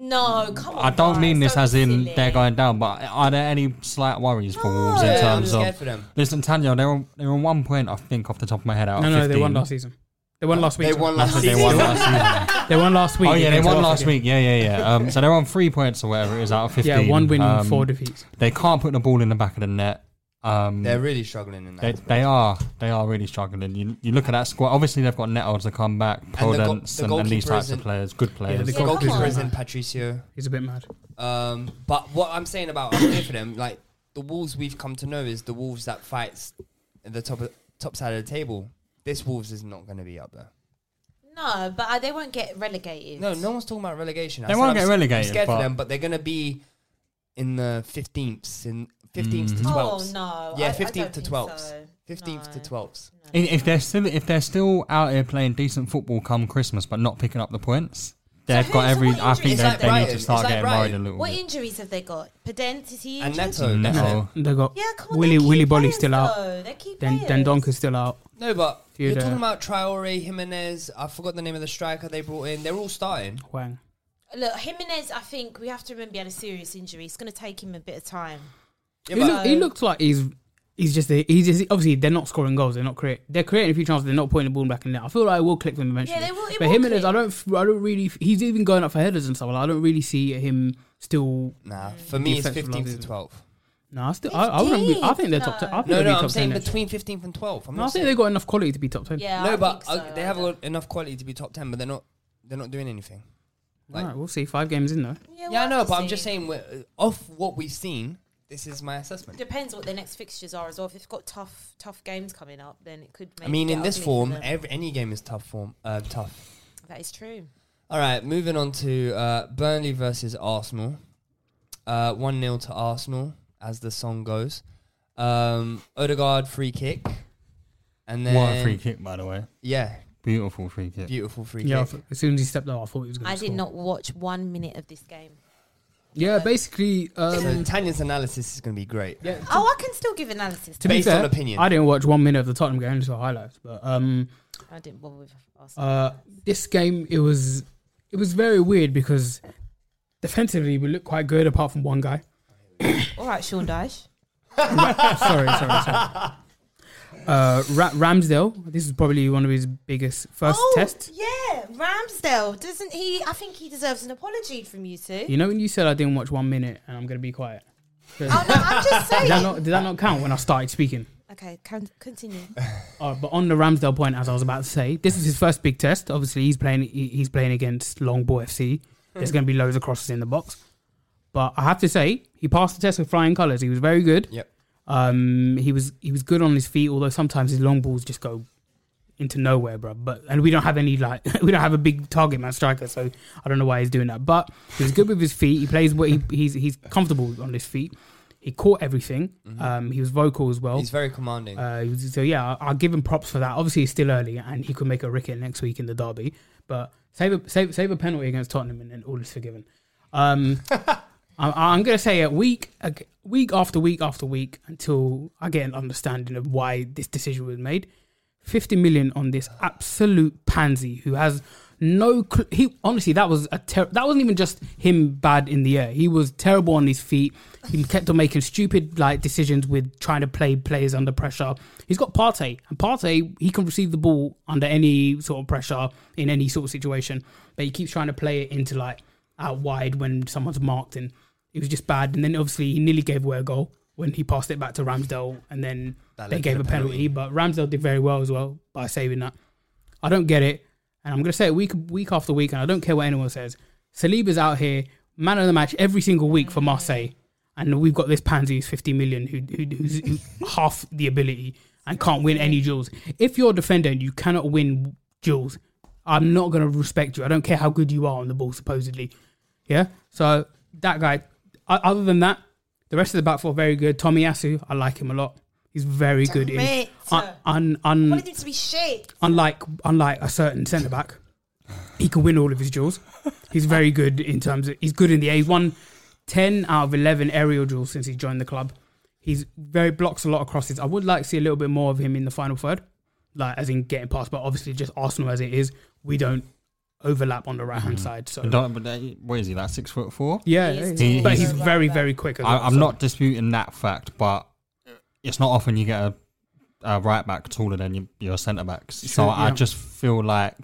B: No, come on.
A: I don't mean
B: guys,
A: this
B: don't
A: as
B: be
A: in
B: silly.
A: they're going down, but are there any slight worries for Wolves
E: Yeah,
A: in
E: I'm
A: terms
E: scared
A: of?
E: for them.
A: Listen, Tanya, they're on, they're on one point, I think, off the top of my head. Out
D: no,
A: of
D: no,
A: 15.
D: they won last season. They won last week.
E: They
D: sorry.
E: won last
A: They
E: season.
A: won last season.
D: They won last week.
A: Oh yeah, they
D: against
A: won
D: Watford,
A: last
D: yeah.
A: week. Yeah, yeah, yeah. Um, so they're on three points or whatever it is out of
D: Yeah,
A: fifteen.
D: one win,
A: um,
D: four defeats.
A: They can't put the ball in the back of the net. Um,
E: They're really struggling in that.
A: they, they are they are really struggling. You, you look at that squad. Obviously, they've got Neto to come back,
E: the goal-
A: Prodence,
E: the
A: and, and these
E: goalkeeper
A: types of
E: isn't-
A: players, good players.
D: the
E: the
D: goal-
E: goalkeeper
D: on.
E: is in Patricio.
D: He's a bit mad.
E: Um, but what I'm saying about I'm here for them, like the Wolves we've come to know is the Wolves that fights at the top of, top side of the table. This Wolves is not going to be up there.
B: No, but uh, they won't get relegated.
E: No, no one's talking about relegation. I
A: They
E: said
A: won't
E: I'm
A: get
E: s-
A: relegated,
E: I'm scared
A: but-
E: for them, but they're going to be in the 15th, in 15th to
D: Mm.
E: 12th.
B: Oh no. I-
E: Yeah,
B: I
E: fifteenth
B: don't
E: to
B: think
E: twelfth.
B: so.
E: Fifteenth to
B: No.
E: twelfth.
A: If if they're still if they're still out here playing decent football come Christmas, but not picking up the points, they've
B: who-
A: got
B: so
A: every.
B: what
A: I
B: injury-
A: think
B: It's
A: they,
E: like
A: they need
E: Brighton,
A: to
E: it's
A: start
E: like
A: getting worried a
E: Brighton.
A: little
B: What
A: bit.
B: injuries have they got? Pedent is he
E: And
B: injured?
E: Neto, that's it.
A: Neto.
D: They got
B: Yeah, come on.
D: Willy
B: they're
D: Willy
B: key
D: Bolly's
B: players,
D: still out.
B: though. They're key
D: Then then
B: players.
D: Donker's still out.
E: No, but
D: Dude,
E: you're talking
D: uh,
E: about Traore, Jimenez. I forgot the name of the striker they brought in. They're all starting.
D: Wang.
B: Look, Jimenez. I think we have to remember he had a serious injury. It's going to take him a bit of time.
E: Yeah,
D: he,
E: but-
D: look, he looks like he's he's just a, he's just, obviously they're not scoring goals. They're not create they're creating a few chances. They're not putting the ball back in there. I feel like it will click them eventually.
B: they will- it
D: but
B: will
D: him and his,
B: click.
D: I don't f- I don't really f- he's even going up for headers and stuff. Like, I don't really see him still.
E: Nah, for me it's
D: Defensive
E: fifteenth to
D: lines.
E: twelfth.
D: No, I still, I, I wouldn't. Be, I think they're top.
B: No.
D: Ten. I think
E: No,
D: they'll
E: no,
D: be
E: I'm
D: top
E: saying
D: 10 next year.
E: between 15th and 12th. I'm
D: No, I think
E: not saying
D: they've got enough quality to be top ten.
B: Yeah,
E: no,
B: I think
E: but
B: so.
E: uh, they have got enough quality to be top 10, but they're not. They're not doing anything.
D: All
E: Like-
D: right, we'll see. Five games in though.
B: we'll
E: yeah, I
B: have
E: know,
B: to
E: but I'm
B: see.
E: just saying, we're- uh, off what we've seen, this is my assessment.
B: Depends what their next fixtures are as well. If they've got tough, tough games coming up, then it could.
E: I
B: Maybe
E: mean,
B: get
E: in this
B: ugly for
E: form,
D: eh,
B: them.
E: every, any game is tough form. Uh, tough.
B: that is true.
E: All right, moving on to uh, Burnley versus Arsenal. Uh, One 0 to Arsenal, as the song goes. Um, Odegaard free kick, and then
A: What a free kick, by the way.
E: Yeah,
A: Beautiful free kick.
E: beautiful free
D: Yeah, I
E: kick.
D: thought- as soon as he stepped out, I thought he was going.
B: I did not watch one minute of this game.
D: Yeah, basically.
E: So
D: Um,
E: Tanya's analysis is going to be great.
D: yeah, to,
B: Oh, I can still give analysis.
D: to be
E: based on
D: fair,
E: opinion.
D: I didn't watch one minute of the Tottenham game, just saw highlights. But um,
B: I didn't bother with Arsenal.
D: uh, this game it was it was very weird because defensively we looked quite good apart from one guy.
B: All right, Sean Dyche.
D: sorry, sorry, sorry. Uh, Ra- Ramsdale. This is probably one of his biggest first tests.
B: Oh, yeah, Ramsdale. Doesn't he? I think he deserves an apology from you two.
D: You know when you said I didn't watch one minute and I'm gonna be quiet.
B: Oh no, I'm just
D: Did that
B: saying.
D: not, did that not count when I started speaking?
B: okay, con- continue.
D: Uh, but on the Ramsdale point, as I was about to say, this is his first big test. Obviously, he's playing. he- He's playing against Long Ball FC. There's going to be loads of crosses in the box. But I have to say, he passed the test with flying colours. He was very good.
E: Yep.
D: Um, he was he was good on his feet, although sometimes his long balls just go into nowhere, bro. But and we don't have any like we don't have a big target man striker, so I don't know why he's doing that. But he's good with his feet. He plays what he, he's he's comfortable on his feet. He caught everything. Um, he was vocal as well.
E: He's very commanding.
D: Uh, he was- so yeah, I- I'll give him props for that. Obviously, it's still early, and he could make a ricket next week in the derby. But save a save, save a penalty against Tottenham, and then all is forgiven. Um, I, I'm gonna say it week ag- week after week after week until I get an understanding of why this decision was made. Fifty million on this absolute pansy who has no. Cl- he honestly, that was a ter- that wasn't even just him bad in the air. He was terrible on his feet. He kept on making stupid like decisions with trying to play players under pressure. He's got Partey, and Partey he can receive the ball under any sort of pressure in any sort of situation, but he keeps trying to play it into like out wide when someone's marked and it was just bad. And then obviously he nearly gave away a goal when he passed it back to Ramsdale, and then
E: That
D: they
E: led to
D: gave
E: the
D: a penalty. But Ramsdale did very well as well by saving that. I don't get it, and I'm gonna say it week week after week, and I don't care what anyone says. Saliba's out here, man of the match every single week for Marseille, and we've got this pansy who's 50 million who, who who's who half the ability and can't win any duels. If you're a defender and you cannot win duels, I'm not gonna respect you. I don't care how good you are on the ball, supposedly. Yeah. So that guy. o- Other than that, the rest of the back four very good. Tommy Asu, I like him a lot. He's very good. In,
B: it.
D: un, un, un,
B: Wanted him to be shit.
D: unlike unlike a certain centre back, he can win all of his duels. He's very good in terms of he's good in the air. He's won ten out of eleven aerial duels since he joined the club. He's very blocks a lot of crosses. I would like to see a little bit more of him in the final third, like as in getting past. But obviously, just Arsenal as it is, we don't overlap on the right hand side. So
A: Mm-hmm. Don't- but they- what is he? Like six foot four?
D: yeah,
B: He is
A: He-
D: but he's
A: he's-
D: very very quick. As well,
A: I, I'm
D: so-
A: not disputing that fact, but it's not often you get a, a right back taller than your, your centre backs. so
D: Sure,
A: I
D: yeah.
A: just feel like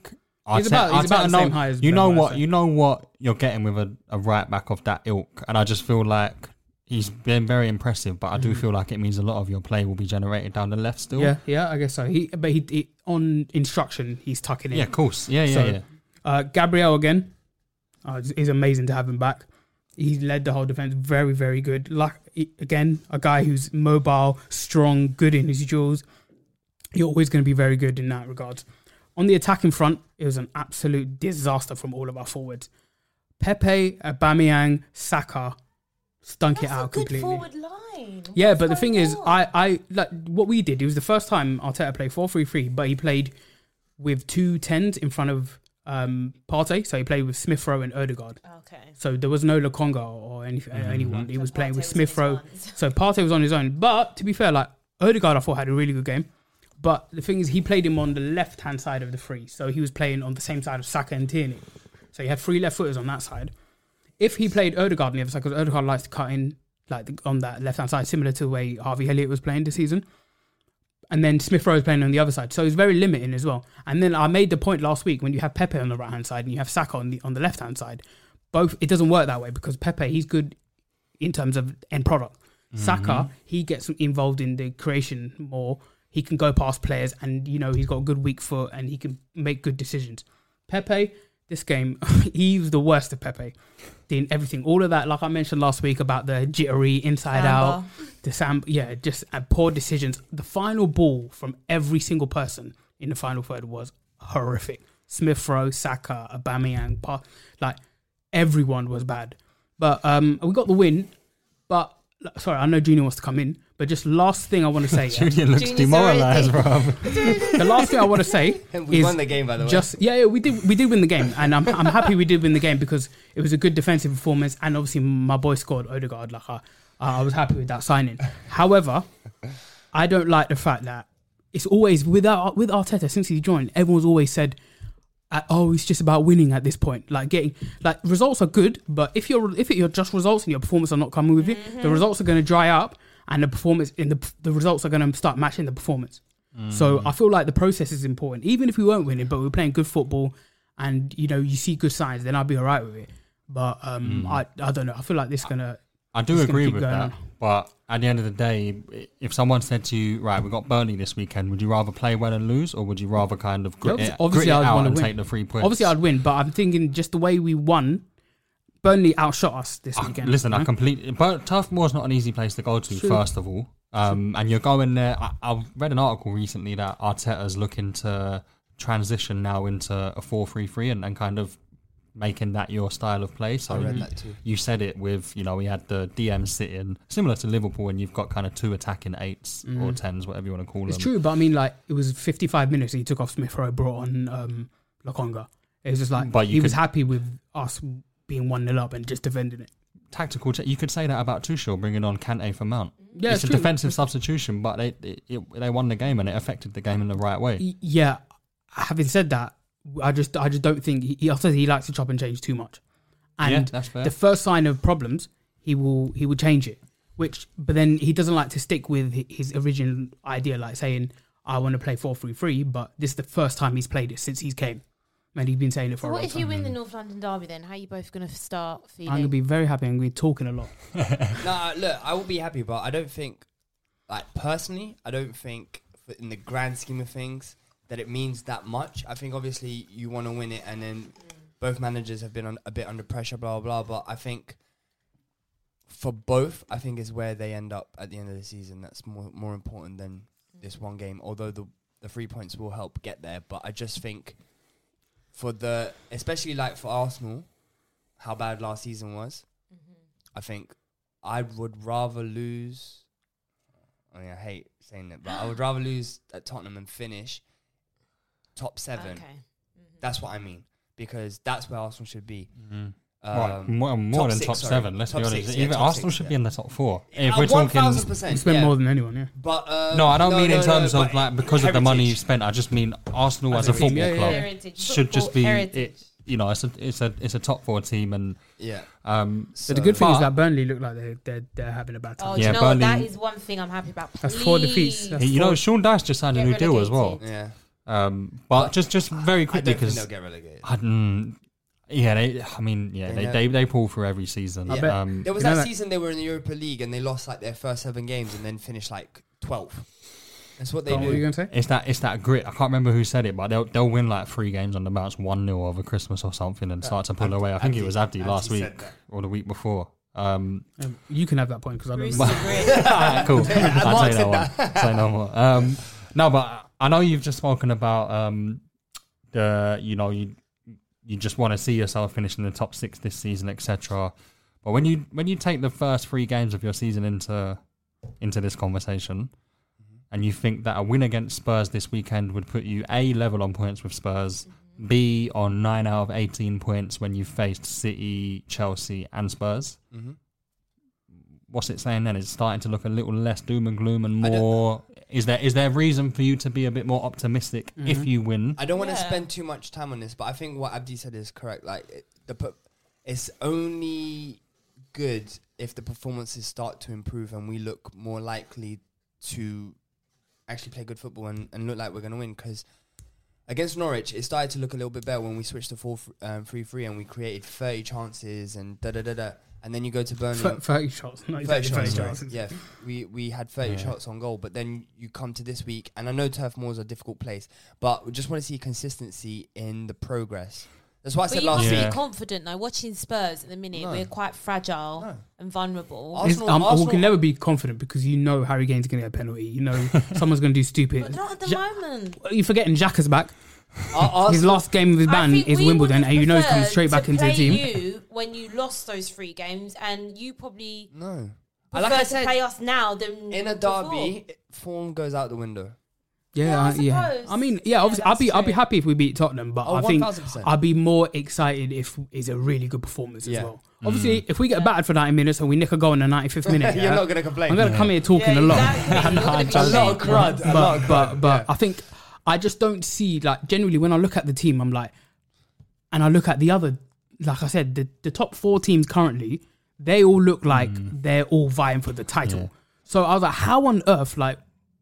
A: Arteta,
D: He's about- he's about
A: Arteta
D: the same
A: know-
D: height as
A: you
D: Ben
A: know
D: White,
A: what
D: so.
A: you know what you're getting with a, a right back of that ilk, and I just feel like he's been very impressive. But I do feel like it means a lot of your play will be generated down the left still.
D: Mm-hmm. Yeah, yeah, I guess so. He but he, he on instruction he's tucking in.
A: yeah, of course. Yeah, yeah,
D: So,
A: yeah.
D: Uh, Gabriel again. Uh, it's amazing to have him back. He led the whole defense very, very good. Like he- again, a guy who's mobile, strong, good in his duels. You're always going to be very good in that regard. On the attacking front, it was an absolute disaster from all of our forwards. Pepe, Aubameyang, Saka stunk it
B: That's
D: out
B: a good
D: completely.
B: forward line.
D: Yeah,
B: What's
D: but the
B: going
D: thing is,
B: on?
D: I, I like what we did. It was the first time Arteta played four three three, but he played with two tens in front of um, Partey. So he played with Smith Rowe and Odegaard.
B: okay.
D: So there was no Lokonga or any, anyone. He was playing with
B: Partey was on
D: Smith
B: his
D: Rowe.
B: ones.
D: So Partey was on his own. But to be fair, like Odegaard, I thought had a really good game. But the thing is, he played him on the left hand side of the three. So he was playing on the same side of Saka and Tierney. So he had three left footers on that side. If he played Odegaard on the other side, because Odegaard likes to cut in like the, on that left hand side, similar to the way Harvey Elliott was playing this season. And then Smith Rowe is playing on the other side. So it's very limiting as well. And then I made the point last week when you have Pepe on the right hand side and you have Saka on the on the left hand side, both it doesn't work that way because Pepe, he's good in terms of end product. Saka, he gets involved in the creation more. He can go past players, and you know he's got a good weak foot, and he can make good decisions. Pepe, this game, he was the worst of Pepe. Doing everything, all of that, like I mentioned last week about the jittery inside
B: Samba.
D: out, the sam, yeah, just uh, poor decisions. The final ball from every single person in the final third was horrific. Smith Rowe, Saka, Aubameyang, pa- like everyone was bad. But um, we got the win. But like, sorry, I know Junior wants to come in. But just last thing I want to say, yeah.
A: Julian looks
B: Junior's
A: demoralized, bro.
D: the last thing I want to say
E: We
D: is
E: won the game, by the way.
D: just yeah, yeah, we did we did win the game, and I'm I'm happy we did win the game because it was a good defensive performance, and obviously my boy scored Odegaard. Like I, I was happy with that signing. However, I don't like the fact that it's always without with Arteta since he joined, everyone's always said. uh, Oh, it's just about winning at this point. Like getting, like results are good, but if you're if you're just results and your performance are not coming with it, the results are going to dry up, and the performance in the the results are going to start matching the performance.
A: Mm.
D: So I feel like the process is important. Even if we weren't winning, but we are playing good football, and you know you see good signs, then I'll be all right with it. But um,
A: Mm.
D: I I don't know. I feel like this gonna
A: I do
D: It's gonna
A: agree
D: keep
A: with
D: going
A: that.
D: on.
A: But at the end of the day, i- if someone said to you, right, we've got Burnley this weekend, would you rather play well and lose, or would you rather kind of grit,
D: obviously,
A: it, grit it
D: I'd
A: out
D: want
A: and
D: to win.
A: take the three points?
D: Obviously, I'd win, but I'm thinking just the way we won. Burnley outshot us this weekend.
A: Ah, Listen, I
D: right?
A: completely. But Turf Moor's not an easy place to go to, first of all. Um, and you're going there. I, I read an article recently that Arteta's looking to transition now into a 4 3 3 and, and kind of making that your style of play. So
E: read
A: you-
E: that too.
A: You said it with, you know, we had the DM sitting, similar to Liverpool, and you've got kind of two attacking eights or tens, whatever you want to call
D: It's
A: them.
D: true, but I mean, like it was 55 minutes. He took off Smith Rowe, brought on um, Lokonga. It was just like
A: But you
D: he was
A: could-
D: happy with us being one 0 up and just defending it.
A: tactical. Ch- you could say that about Tuchel bringing on Kante for Mount.
D: Yeah,
A: it's
D: it's
A: a
D: true.
A: defensive substitution, but they it, it, they won the game and it affected the game in the right way.
D: Y- yeah. Having said that, I just I just don't think he, he also he likes to chop and change too much. And
A: Yeah, that's fair.
D: the first sign of problems, he will he will change it. Which, but then he doesn't like to stick with hi- his original idea, like saying I want to play four three three. But this is the first time he's played it since he came, and he's been saying it for
B: So
D: a
B: what
D: long
B: if
D: time.
B: you win the North London Derby then? How are you both going to start feeling?
D: I'm gonna be very happy. and we're talking a lot.
E: No, I- look, I will be happy, but I don't think, like personally, I don't think f- in the grand scheme of things that it means that much. I think obviously you want to win it, and then both managers have been on, a bit under pressure, blah blah. blah, But I think for both, I think is where they end up at the end of the season. That's more more important than this one game. Although the the three points will help get there, but I just think for the especially like for Arsenal, how bad last season was. I think I would rather lose. I mean, I hate saying that, but I would rather lose at Tottenham and finish top seven.
B: okay.
E: That's what I mean because that's where Arsenal should be. Um,
A: Well, more more
E: top
A: than
E: six,
A: top
E: sorry.
A: seven. Let's
E: Top
A: be honest.
E: six, yeah,
A: Even
E: top
A: Arsenal
E: six,
A: should
E: yeah.
A: be in the top four. If
E: Uh,
A: we're talking,
E: 1000%,
D: You spend
E: yeah.
D: more than anyone, yeah.
E: But um,
A: no, I don't mean in
E: no,
A: terms
E: no,
A: of
E: but
A: like because of the money you
E: heritage.
A: spent. I just mean Arsenal as a
D: Heritage,
A: football
D: yeah, yeah,
A: club
D: yeah.
B: Heritage,
A: should just
B: football
A: be.
B: heritage.
A: It, you know, it's a it's a it's a top four team, and
E: Yeah.
A: um,
D: But the good
E: So-
D: thing is
A: But-
D: that Burnley look like they're they're, they're having a bad
B: Oh,
D: time.
B: do
A: Yeah,
B: you know what? That
A: Burnley-
B: is one thing I'm happy about.
D: That's four defeats.
B: Please.
D: That's
A: you know
D: four-
A: Sean Dyche just signed a
B: Get
A: new deal as well.
B: relegated.
E: Yeah.
A: Um, but just just very
E: I
A: quickly
E: don't think they'll
A: because
E: get relegated.
A: yeah, they, I mean yeah, they,
E: know-
A: they they pull through every season.
D: bet-
A: Um,
E: There was
D: You know
E: that
D: that-
E: season they were in the Europa League and they lost like their first seven games and then finished like 12th. That's what they
D: Tom, what are you
E: do.
D: gonna say?
A: It's that it's that grit. I can't remember who said it, but they'll they'll win like three games on the bounce, one 0 over Christmas or something, and start to pull away. I think it was Abdi last
E: Uh, Abdi said
A: week
E: that.
A: or the week before. Um,
D: Um, you can have that point because I don't.
B: Bruce
D: Know.
B: Gray.
A: cool. I'll say no more. Say no more. Um, no, but I know you've just spoken about um, the you know you you just want to see yourself finishing the top six this season, etc. But when you when you take the first three games of your season into into this conversation, and you think that a win against Spurs this weekend would put you a level on points with Spurs. B on nine out of eighteen points when you faced City, Chelsea, and Spurs
E: Mm-hmm.
A: what's it saying then? It's starting to look a little less doom and gloom and
E: I don't-
A: more. Is there is there reason for you to be a bit more optimistic if you win?
E: I don't want to
B: Yeah.
E: spend too much time on this, but I think what Abdi said is correct. Like it, the, per- it's only good if the performances start to improve and we look more likely to actually play good football and, and look like we're going to win. Because against Norwich, it started to look a little bit better when we switched to 4 f- um, 3 3 and we created 30 chances and da da da da. and then you go to Burnley.
D: Thir- 30 shots, not exactly 30 shots.
E: Yeah, f- we we had 30
D: Yeah.
E: shots on goal, but then you come to this week, and I know Turf Moor is a difficult place, but we just want to see consistency in the progress. That's why I
B: But
E: said
B: you
E: last
B: must
E: week.
B: be confident though. Watching Spurs at the minute,
E: No.
B: we're quite fragile and vulnerable.
D: It's- um, we can never be confident because you know Harry Kane's going to get a penalty. You know someone's going to do stupid.
B: But not at the moment.
D: You're forgetting Jack is back. his
E: Arsenal-
D: last game of his
B: I
D: ban
B: think
D: is
B: we
D: Wimbledon,
B: would've
D: and you know he's coming
B: preferred
D: straight
B: to
D: back into the
B: play
D: team.
B: You when you lost those three games, and you probably
E: no.
B: prefer
E: Like I
B: to
E: said,
B: play us now than
E: in a derby, form goes out the window.
D: Yeah, I, yeah. I mean, yeah. Obviously, I'd be I'd be happy if we beat Tottenham, but
E: Oh,
D: I think
E: 1000%.
D: I'd be more excited if it's a really good performance
E: Yeah. Mm.
D: as well. Obviously, if we get battered for 90 minutes and we nick a goal in the 95th minute,
E: You're
D: yeah,
E: not gonna complain.
D: I'm going to come here talking
E: Yeah,
D: a lot.
E: exactly. You're gonna be
D: joking.
E: a lot of crud, a
D: But,
E: lot of
D: but, but I think I just don't see, like, generally when I look at the team, I'm like, and I look at the other, like I said, the, the top four teams currently, they all look like
A: Hmm.
D: they're all vying for the title. So I was like, how on earth, like,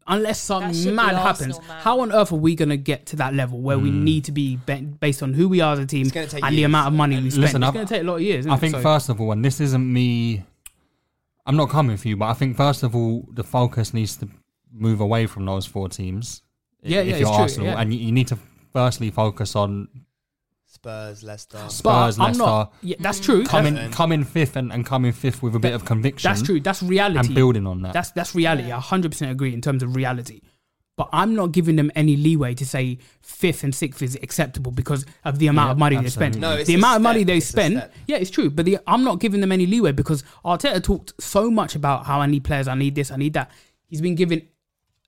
D: unless
B: should be
D: something mad
B: Arsenal,
D: happens, how on earth are we going to get to that level where
A: Hmm.
D: we need to be be- based on who we are as a team
E: gonna
D: and
E: take
D: the
E: years.
D: amount of money we spend?
A: Listen,
D: it's
A: I've-
D: going to take a lot of years. isn't
A: I
D: it?
A: think
D: So-
A: first of all, and this isn't me. I'm not coming for you, but I think first of all, the focus needs to move away from those four teams. i-
D: Yeah,
A: if
D: yeah,
A: you're
D: it's true,
A: Arsenal,
D: yeah.
A: and you, you need to firstly focus on
E: Spurs, Leicester.
D: But
A: Spurs,
D: I'm
A: Leicester,
D: not. Yeah,
E: Hmm.
D: that's true.
A: coming
D: That's-
A: coming fifth and, and coming fifth with a bit of conviction.
D: That's true. That's reality.
A: And building on that.
D: That's that's reality. I hundred percent agree in terms of reality. But I'm not giving them any leeway to say fifth and sixth is acceptable because of the amount
A: Yeah,
D: of money they
A: absolutely.
D: spend.
A: No,
E: it's
D: the
E: a
D: amount of money
E: step.
D: they
E: It's a
D: spend.
E: step.
D: Yeah, it's true. But the, I'm not giving them any leeway because Arteta talked so much about how I need players, I need this, I need that. He's been given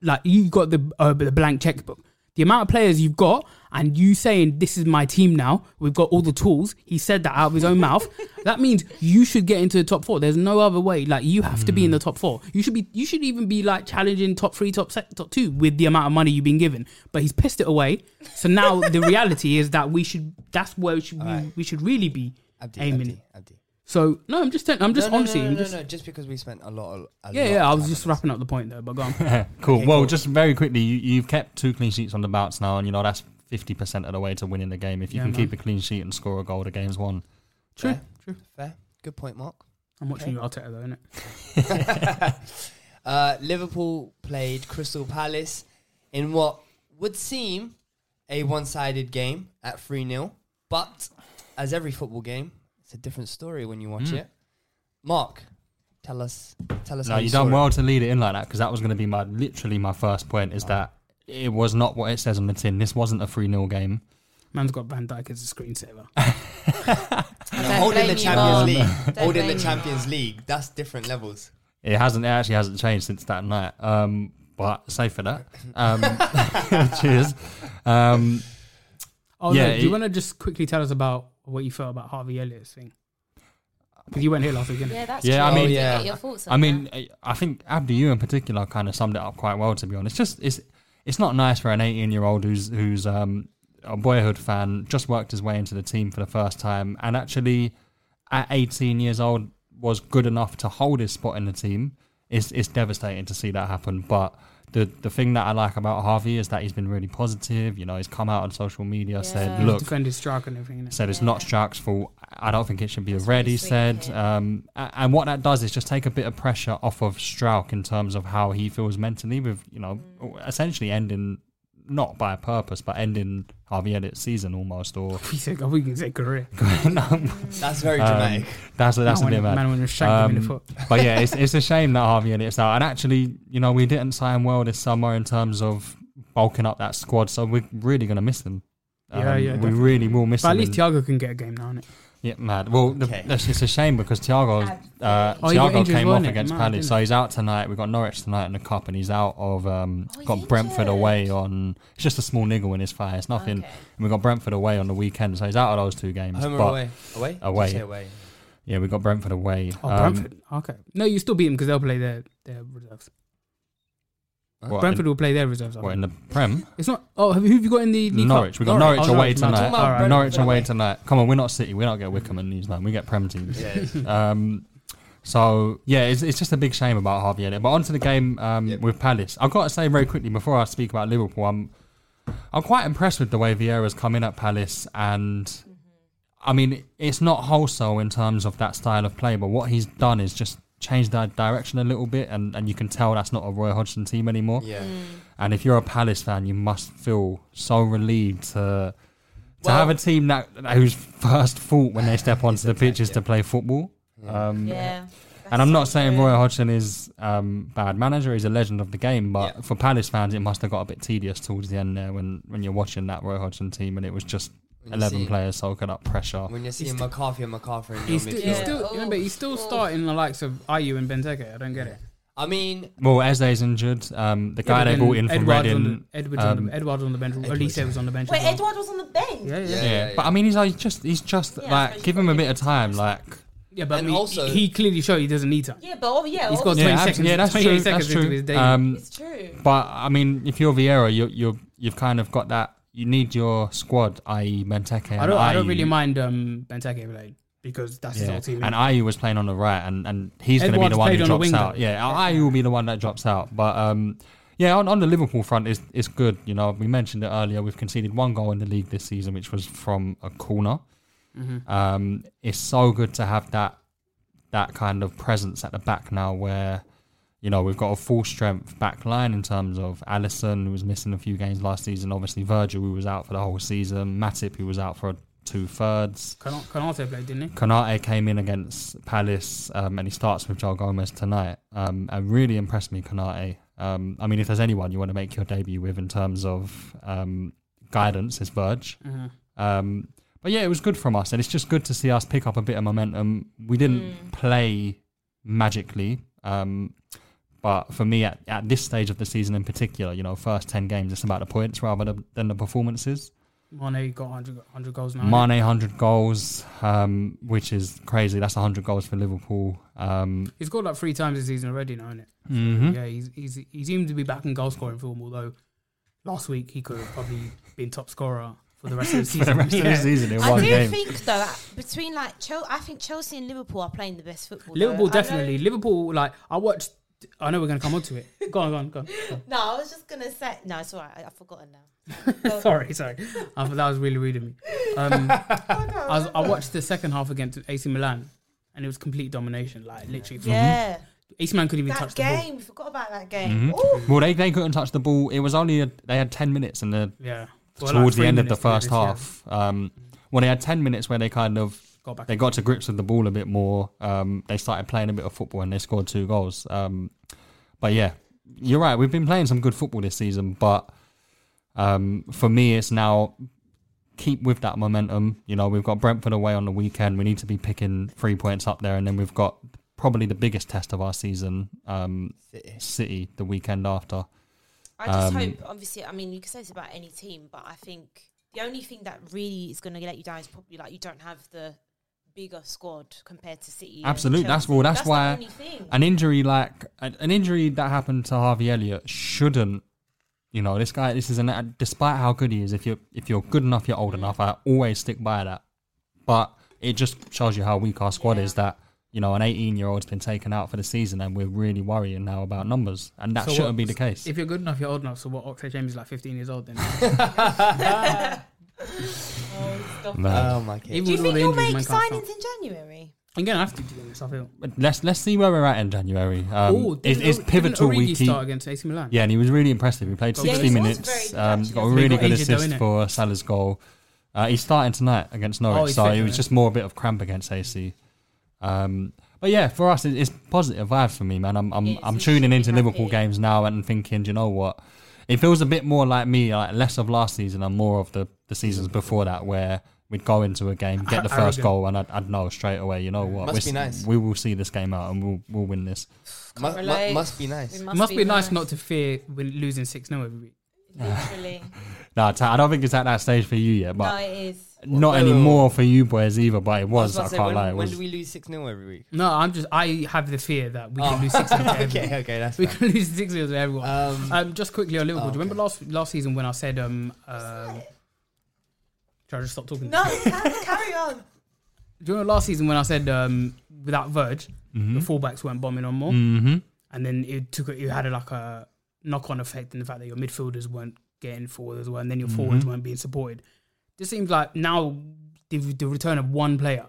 D: like you got the uh, the blank checkbook. The amount of players you've got, and you saying this is my team now. We've got all the tools. He said that out of his own mouth. That means you should get into the top four. There's no other way. Like you have to be
E: Hmm.
D: in the top four. You should be. You should even be like challenging top three, top se- top two with the amount of money you've been given. But he's pissed it away. So now the reality is that we should. That's where we should, we, we should really be
E: Abdi,
D: aiming.
E: Abdi, Abdi.
D: So no, I'm just. telling- I'm just
E: no, no,
D: honestly.
E: no, no,
D: I'm
E: no,
D: just,
E: no, just because we spent a lot. Of, a
D: Yeah,
E: lot
D: yeah. I
E: of
D: was just
E: time on this.
D: wrapping up the point there, but go on.
A: cool.
E: Okay,
A: well,
E: cool.
A: just very quickly, you, you've kept two clean sheets on the bounce now, and you know that's fifty percent of the way to winning the game. If you
D: Yeah,
A: can
D: man.
A: keep a clean sheet and score a goal, the game's won.
D: True.
E: Fair. Fair. Good point, Mark.
D: I'm watching you Arteta though, innit?
E: Uh, Liverpool played Crystal Palace in what would seem a one sided game at 3 0. But as every football game, it's a different story when you watch it. Mark, tell us tell us
A: No,
E: how
A: you
E: saw
A: done
E: it.
A: well to lead it in like that because that was going to be my literally my first point is that it was not what it says on the tin. This wasn't a 3 0 game.
D: Man's got Van Dyke as a screensaver.
E: Holding the Champions League.
B: Um, Don't
E: Holding the
B: blame you,
E: Champions League. That's different levels.
A: It hasn't. It actually hasn't changed since that night. Um, but safe for that. Um, cheers. Um,
D: Oh
A: Yeah,
D: no, do you
A: it-
D: want to just quickly tell us about what you felt about Harvey Elliott's thing? Because you weren't here last week, didn't
B: Yeah, that's
A: Yeah, I
B: true.
A: mean-
B: Didn't
E: Yeah.
B: get your thoughts on
A: I mean,
B: that.
A: I- I think Abdi, you in particular, kind of summed it up quite well. To be honest, just it's it's not nice for an 18 year old who's who's um, a boyhood fan, just worked his way into the team for the first time, and actually at 18 years old was good enough to hold his spot in the team. It's it's devastating to see that happen, but. The, the thing that I like about Harvey is that he's been really positive. You know, he's come out on social media, said,
B: Yeah.
D: he?
A: "Look,
D: Defend his strike and everything. innit?
A: said it's not Jack's fault. I don't think it should be a red,
B: really
A: he
B: sweet
A: said.
B: of him.
A: Um, a- and what that does is just take a bit of pressure off of Strauch in terms of how he feels mentally with, you know, essentially ending, not by purpose, but ending Harvey Elliott's season almost. Or
D: He said, "Oh, we can say career."
A: no,
E: That's very
A: um,
E: dramatic.
A: that's a, that's
D: Man
A: a Um, bit
D: wanna-
A: mad.
D: man wanna shank him in the foot.
A: but yeah, it's, it's a shame that Harvey Elliott's out. And actually, you know, we didn't sign well this summer in terms of bulking up that squad, so we're really going to miss them. Um,
D: Yeah, yeah,
A: we
D: definitely.
A: really will miss
D: But
A: them.
D: at least
A: in-
D: Thiago can get a game now, innit?
A: yeah, mad. Well, the,
E: Okay.
A: that's it's a shame because Thiago, uh,
D: Oh, he got
A: Thiago
D: injured,
A: came off
D: wasn't it?
A: against
D: Mad,
A: Palace,
D: didn't
A: so
D: it?
A: he's out tonight. We got Norwich tonight in the cup, and he's out of um,
B: Oh, he's
A: got Brentford
B: injured.
A: away on. It's just a small niggle in his thigh. It's nothing.
B: Okay.
A: And we got Brentford away on the weekend, so he's out of those two games.
E: Home or
A: but
E: away? Away? Did you
A: away.
E: say away.
A: yeah, we got Brentford away.
D: Oh,
A: Um,
D: Brentford. Okay. No, you still beat them because they'll play their their reserves.
A: what,
D: Brentford
A: in,
D: will play their reserves. I
A: what, in
D: think.
A: the Prem?
D: It's not. Oh, have you, who have you got in the league?
A: Norwich.
D: Cup?
A: We got Norwich,
D: Oh,
A: away
D: man.
A: tonight.
E: Talking about
D: All right.
E: Brentford.
A: Norwich away tonight. Come on, we're not City. We don't get Wickham and these man. We get Prem teams.
E: Yeah.
A: Um, so yeah, it's, it's just a big shame about Harvey Elliott. But onto the game um, with Palace, I've got to say very quickly before I speak about Liverpool, I'm I'm quite impressed with the way Vieira's come in at Palace, and I mean, it's not wholesale in terms of that style of play, but what he's done is just changed that direction a little bit, and, and you can tell that's not a Roy Hodgson team anymore.
E: Yeah. Mm.
A: And if you're a Palace fan, you must feel so relieved to to
E: Well-
A: have a team that whose first thought when they step onto the pitch is to play football. Um,
B: Yeah.
A: and I'm not saying Roy Hodgson is um, bad manager; he's a legend of the game. But for Palace fans, it must have got a bit tedious towards the end there when, when you're watching that Roy Hodgson team, and it was just
E: When you
A: eleven
E: see-
A: players soaking up pressure.
E: When you're seeing McCarthy and McCarthy in your
D: He's, still,
E: midfield.
D: he's still, remember, he's still starting the likes of IU and Benteke. I don't get it.
E: I mean,
A: Well, Eze's injured. Um, the guy
D: Yeah,
A: they
D: but then
A: brought in from
D: Edwards on
A: Reading.
D: the- Edwards, on
A: um,
D: the, Edwards on the bench. At least he was on the bench.
B: Wait,
D: as well.
B: Edward was on the bench.
D: Yeah, yeah.
A: yeah,
D: yeah.
A: but I mean, he's like just he's just
B: Yeah,
A: like
B: he's
A: give him a bit of time, like.
D: but
E: And
D: he,
E: also-
D: he clearly showed he doesn't need time.
B: Yeah, but oh, yeah,
D: He's got
B: obviously.
A: Yeah,
D: 20
A: abs-
D: seconds.
A: yeah, that's
D: 28
A: true.
D: seconds
A: That's
D: into
A: true.
D: his debut.
A: Um,
B: it's true.
A: but I mean, if you're Vieira, you you you've kind of got that. You need your squad, i.e., Benteke.
D: I
A: and
D: don't. I don't
A: IU.
D: really mind um, Benteke playing because that's his
A: Yeah.
D: whole team.
A: And IU was playing on the right, and, and he's going to be
D: Edwards
A: the one
D: played
A: who
D: on the
A: drops
D: wing
A: out.
D: back.
A: Yeah, IU will be the one that drops out. But um, yeah, on, on the Liverpool front, is it's good. You know, we mentioned it earlier. We've conceded one goal in the league this season, which was from a corner.
D: Mm-hmm.
A: Um, it's so good to have that that kind of presence at the back now, where you know we've got a full strength back line in terms of Allison, who was missing a few games last season. Obviously, Virgil, who was out for the whole season. Matip, who was out for two thirds.
D: Kan- Kanate played, didn't he?
A: Konate came in against Palace um, and he starts with Joel Gomez tonight. Um, and really impressed me, Konate. Um, I mean, if there's anyone you want to make your debut with in terms of um, guidance, it's Verge.
D: Uh-huh.
A: Um, but yeah, it was good from us. And it's just good to see us pick up a bit of momentum. We didn't play magically. Um, but for me, at, at this stage of the season in particular, you know, first 10 games, it's about the points rather than- than the performances.
D: Mane got 100, 100 goals now.
A: Mane 100 goals, um, which is crazy. That's 100 goals for Liverpool. Um,
D: He's scored like three times this season already, now, isn't it?
A: Hmm?
D: Yeah, he's, he's he seemed to be back in goal scoring form. Although last week he could have probably been top scorer for the rest of the season.
A: for the rest of
D: Yeah.
A: the season in
B: I
A: one
B: do
A: game.
B: think though that between like Chel- I think Chelsea and Liverpool are playing the best football. though.
D: Liverpool
B: I know-
D: definitely. Liverpool like I watched. I know we're gonna come on to it. Go on, go on, go on. Go
B: No, I was just gonna say. No, it's alright. I- I've forgotten now.
D: on. sorry, sorry. I thought that was really rude of me. Um, I, was, I watched the second half against AC Milan, and it was complete domination. Like literally,
A: Mm-hmm.
D: from
B: Yeah,
D: AC Milan couldn't even
B: that
D: touch the ball.
B: game. We forgot about that
A: Mm-hmm.
B: game. Ooh.
A: Well, they, they couldn't touch the ball. It was only a, they had 10 minutes in the
D: Yeah, Well, like
A: towards the
D: three
A: end of the
D: minutes to do
A: first
D: this, yeah.
A: half. Um, well, they had 10 minutes where they kind of
D: Got back
A: they got to grips with the ball a bit more. Um, they started playing a bit of football and they scored two goals. Um, but yeah, you're right. We've been playing some good football this season, but um, for me, it's now keep with that momentum. You know, we've got Brentford away on the weekend. We need to be picking three points up there, and then we've got probably the biggest test of our season, um, City. the weekend after.
B: I just
A: Um,
B: hope. Obviously, I mean, you can say it's about any team, but I think the only thing that really is gonna let you down is probably like you don't have the bigger squad compared to City. and
A: Absolutely, that's
B: Chelsea.
A: well, that's,
B: that's
A: why
B: The only thing.
A: an injury like an an injury that happened to Harvey Elliott shouldn't. You know, this guy. This is an. Despite how good he is, if you're if you're good enough, you're old enough. I always stick by that. But it just shows you how weak our squad is. That you know, an 18 year old's been taken out for the season, and we're really worrying now about numbers, and that
D: So
A: shouldn't
D: what-
A: be the case.
D: If you're good enough, you're old enough. So what? Oxlade James is like 15 years old. Then
A: Uh,
E: oh my god.
D: Even
B: Do you
D: with all
B: think
D: the
B: you'll
D: injuries,
B: make
D: man can't start.
B: signings in January?
D: I'm gonna have to do this. I feel.
A: But let's let's see where we're at in January. Um,
D: Ooh,
A: is,
D: didn't Ori-
A: is
D: didn't
A: pivotal
D: Origi
A: week. he-
D: start against AC Milan.
A: Yeah, and he was really impressive. He played 60
B: he was very
A: minutes,
B: good,
A: um,
B: actually.
A: got a
B: He
A: really
D: got
A: good
D: injured, though,
A: assist
D: innit?
A: for Salah's goal. Uh, he's starting tonight against Norwich,
D: Oh, he's
A: so
D: fit,
A: it was
D: yeah.
A: just more a bit of cramp against AC. Um, but yeah, for us, it, it's positive vibes for me, man. I'm I'm,
B: Yes,
A: I'm
B: you
A: tuning
B: should be
A: into Liverpool
B: happy.
A: games now and thinking, you know what? It feels a bit more like me, like less of last season and more of the, the seasons before that, where we'd go into a game, get the first
D: Arrogant.
A: goal, and I'd, I'd know straight away, you know what?
E: Must
A: we're
E: be
A: s-
E: nice.
A: We will see this game out and we'll, we'll win this.
E: Mu- mu-
B: Relate.
E: must be nice.
B: We
D: It must be nice not to fear when losing six 0 every week.
B: Literally,
A: No, Ta- I don't think it's at that stage for you yet, but
B: no, it is.
A: Not
E: Well,
A: anymore for you boys either, but it
E: I was
A: was. I,
E: about to say,
A: can't
E: when,
A: lie. It
E: when
A: was,
E: do we lose 6 0 every week?
D: No, I'm just. I have the fear that we
E: Oh.
D: can lose six 0 every week.
E: okay, okay, that's
D: We
E: fine.
D: can lose six 0 to everyone.
E: Um,
D: Um, just quickly on Liverpool.
E: oh,
D: Do you remember last last season when I said um? um should I just stop talking?
B: No, carry on.
D: Do you remember last season when I said um, without Verge,
A: Mm-hmm.
D: the fullbacks weren't bombing on more, and then it took it had a, like a knock on effect in the fact that your
A: Mm-hmm.
D: midfielders weren't getting forward as well, and then your forwards weren't being supported. This seems like now the, the return of one player.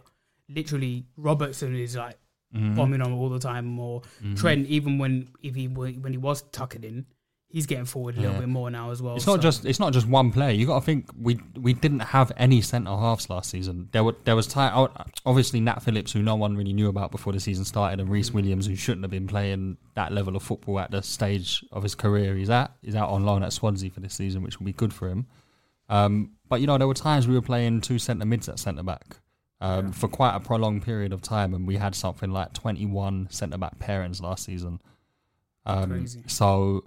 D: Literally, Robertson is like
A: Mhm.
D: bombing on all the time, or
A: Mhm.
D: Trent. Even when if he wa- when he was tucking in, he's getting forward a little
A: Yeah.
D: bit more now as well.
A: It's not
D: so-
A: just it's not just one player. You got to think we we didn't have any centre halves last season. There were there was ti- oh, obviously Nat Phillips, who no one really knew about before the season started, and
E: Mm.
A: Reese Williams, who shouldn't have been playing that level of football at the stage of his career he's at. He's out on loan at Swansea for this season, which will be good for him. Um, but you know there were times we were playing two centre mids at centre back. Um, For quite a prolonged period of time, and we had something like 21 centre back pairings last season. Um,
D: Crazy.
A: So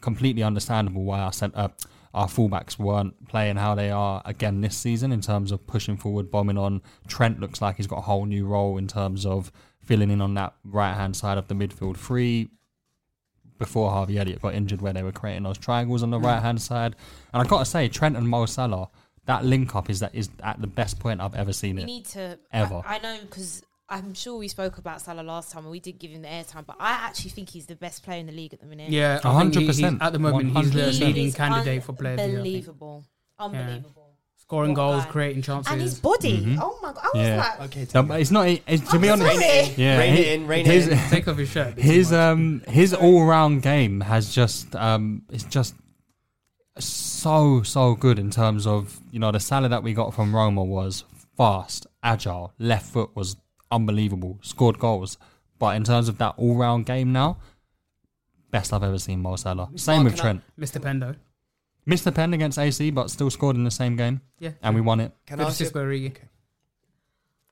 A: completely understandable why our cent- uh, our fullbacks weren't playing how they are again this season in terms of pushing forward, bombing on. Trent looks like he's got a whole new role in terms of filling in on that right hand side of the midfield three. Before Harvey Elliott got injured, where they were creating those triangles on the right hand side, and I gotta say, Trent and Mo Salah, that link up is that is at the best point I've ever seen
B: We
A: it.
B: need to.
A: Ever.
B: I, I know because I'm sure we spoke about Salah last time and we did give him the airtime, but I actually think he's the best player in the league at the minute.
D: Yeah, I think he- he's-
A: 100%.
D: at the moment, he's the
A: 100%.
D: leading
B: He's
D: candidate for player. of the year, I think.
B: Unbelievable. Unbelievable.
D: Scoring
B: What
D: goals,
B: guy.
D: creating chances.
B: And his body.
A: Mhm.
B: Oh my god. I was
A: Yeah.
B: like,
E: Okay,
A: Um, it's not. It's, to be
B: I'm
A: honest,
B: sorry.
A: yeah,
E: Rein it
A: hi-
E: in, rein it
A: his,
E: in.
D: Take off his shirt.
A: his um his all round game has just um it's just so so good in terms of you know the salad that we got from Roma was fast, agile, left foot was unbelievable, scored goals, but in terms of that all round game now, best I've ever seen Mo Salah. Same with
D: Marking
A: Trent.
D: up Mr. Pendo.
A: Missed the pen against AC, but still scored in the same game,
D: Yeah.
A: and we won it.
E: Can I ask you?
D: Francisco Origi.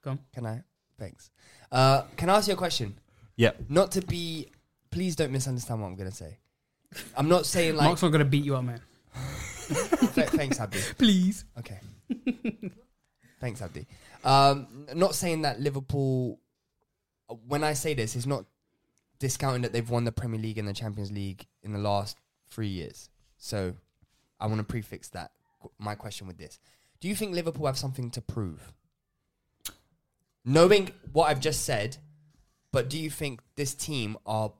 D: Go on.
E: Can I? Thanks. Uh, can I ask you a question?
A: Yep.
E: Not to be. Please don't misunderstand what I'm gonna say. I'm not saying like.
D: Mark's not going to beat you up, man.
E: Th- thanks, Abdi.
D: Please.
E: Okay. Thanks, Abdi. Um, n- not saying that Liverpool. When I say this, it's not discounting that they've won the Premier League and the Champions League in the last three years. So, I want to prefix that qu- my question with this: Do you think Liverpool have something to prove? Knowing what I've just said, but do you think this team are?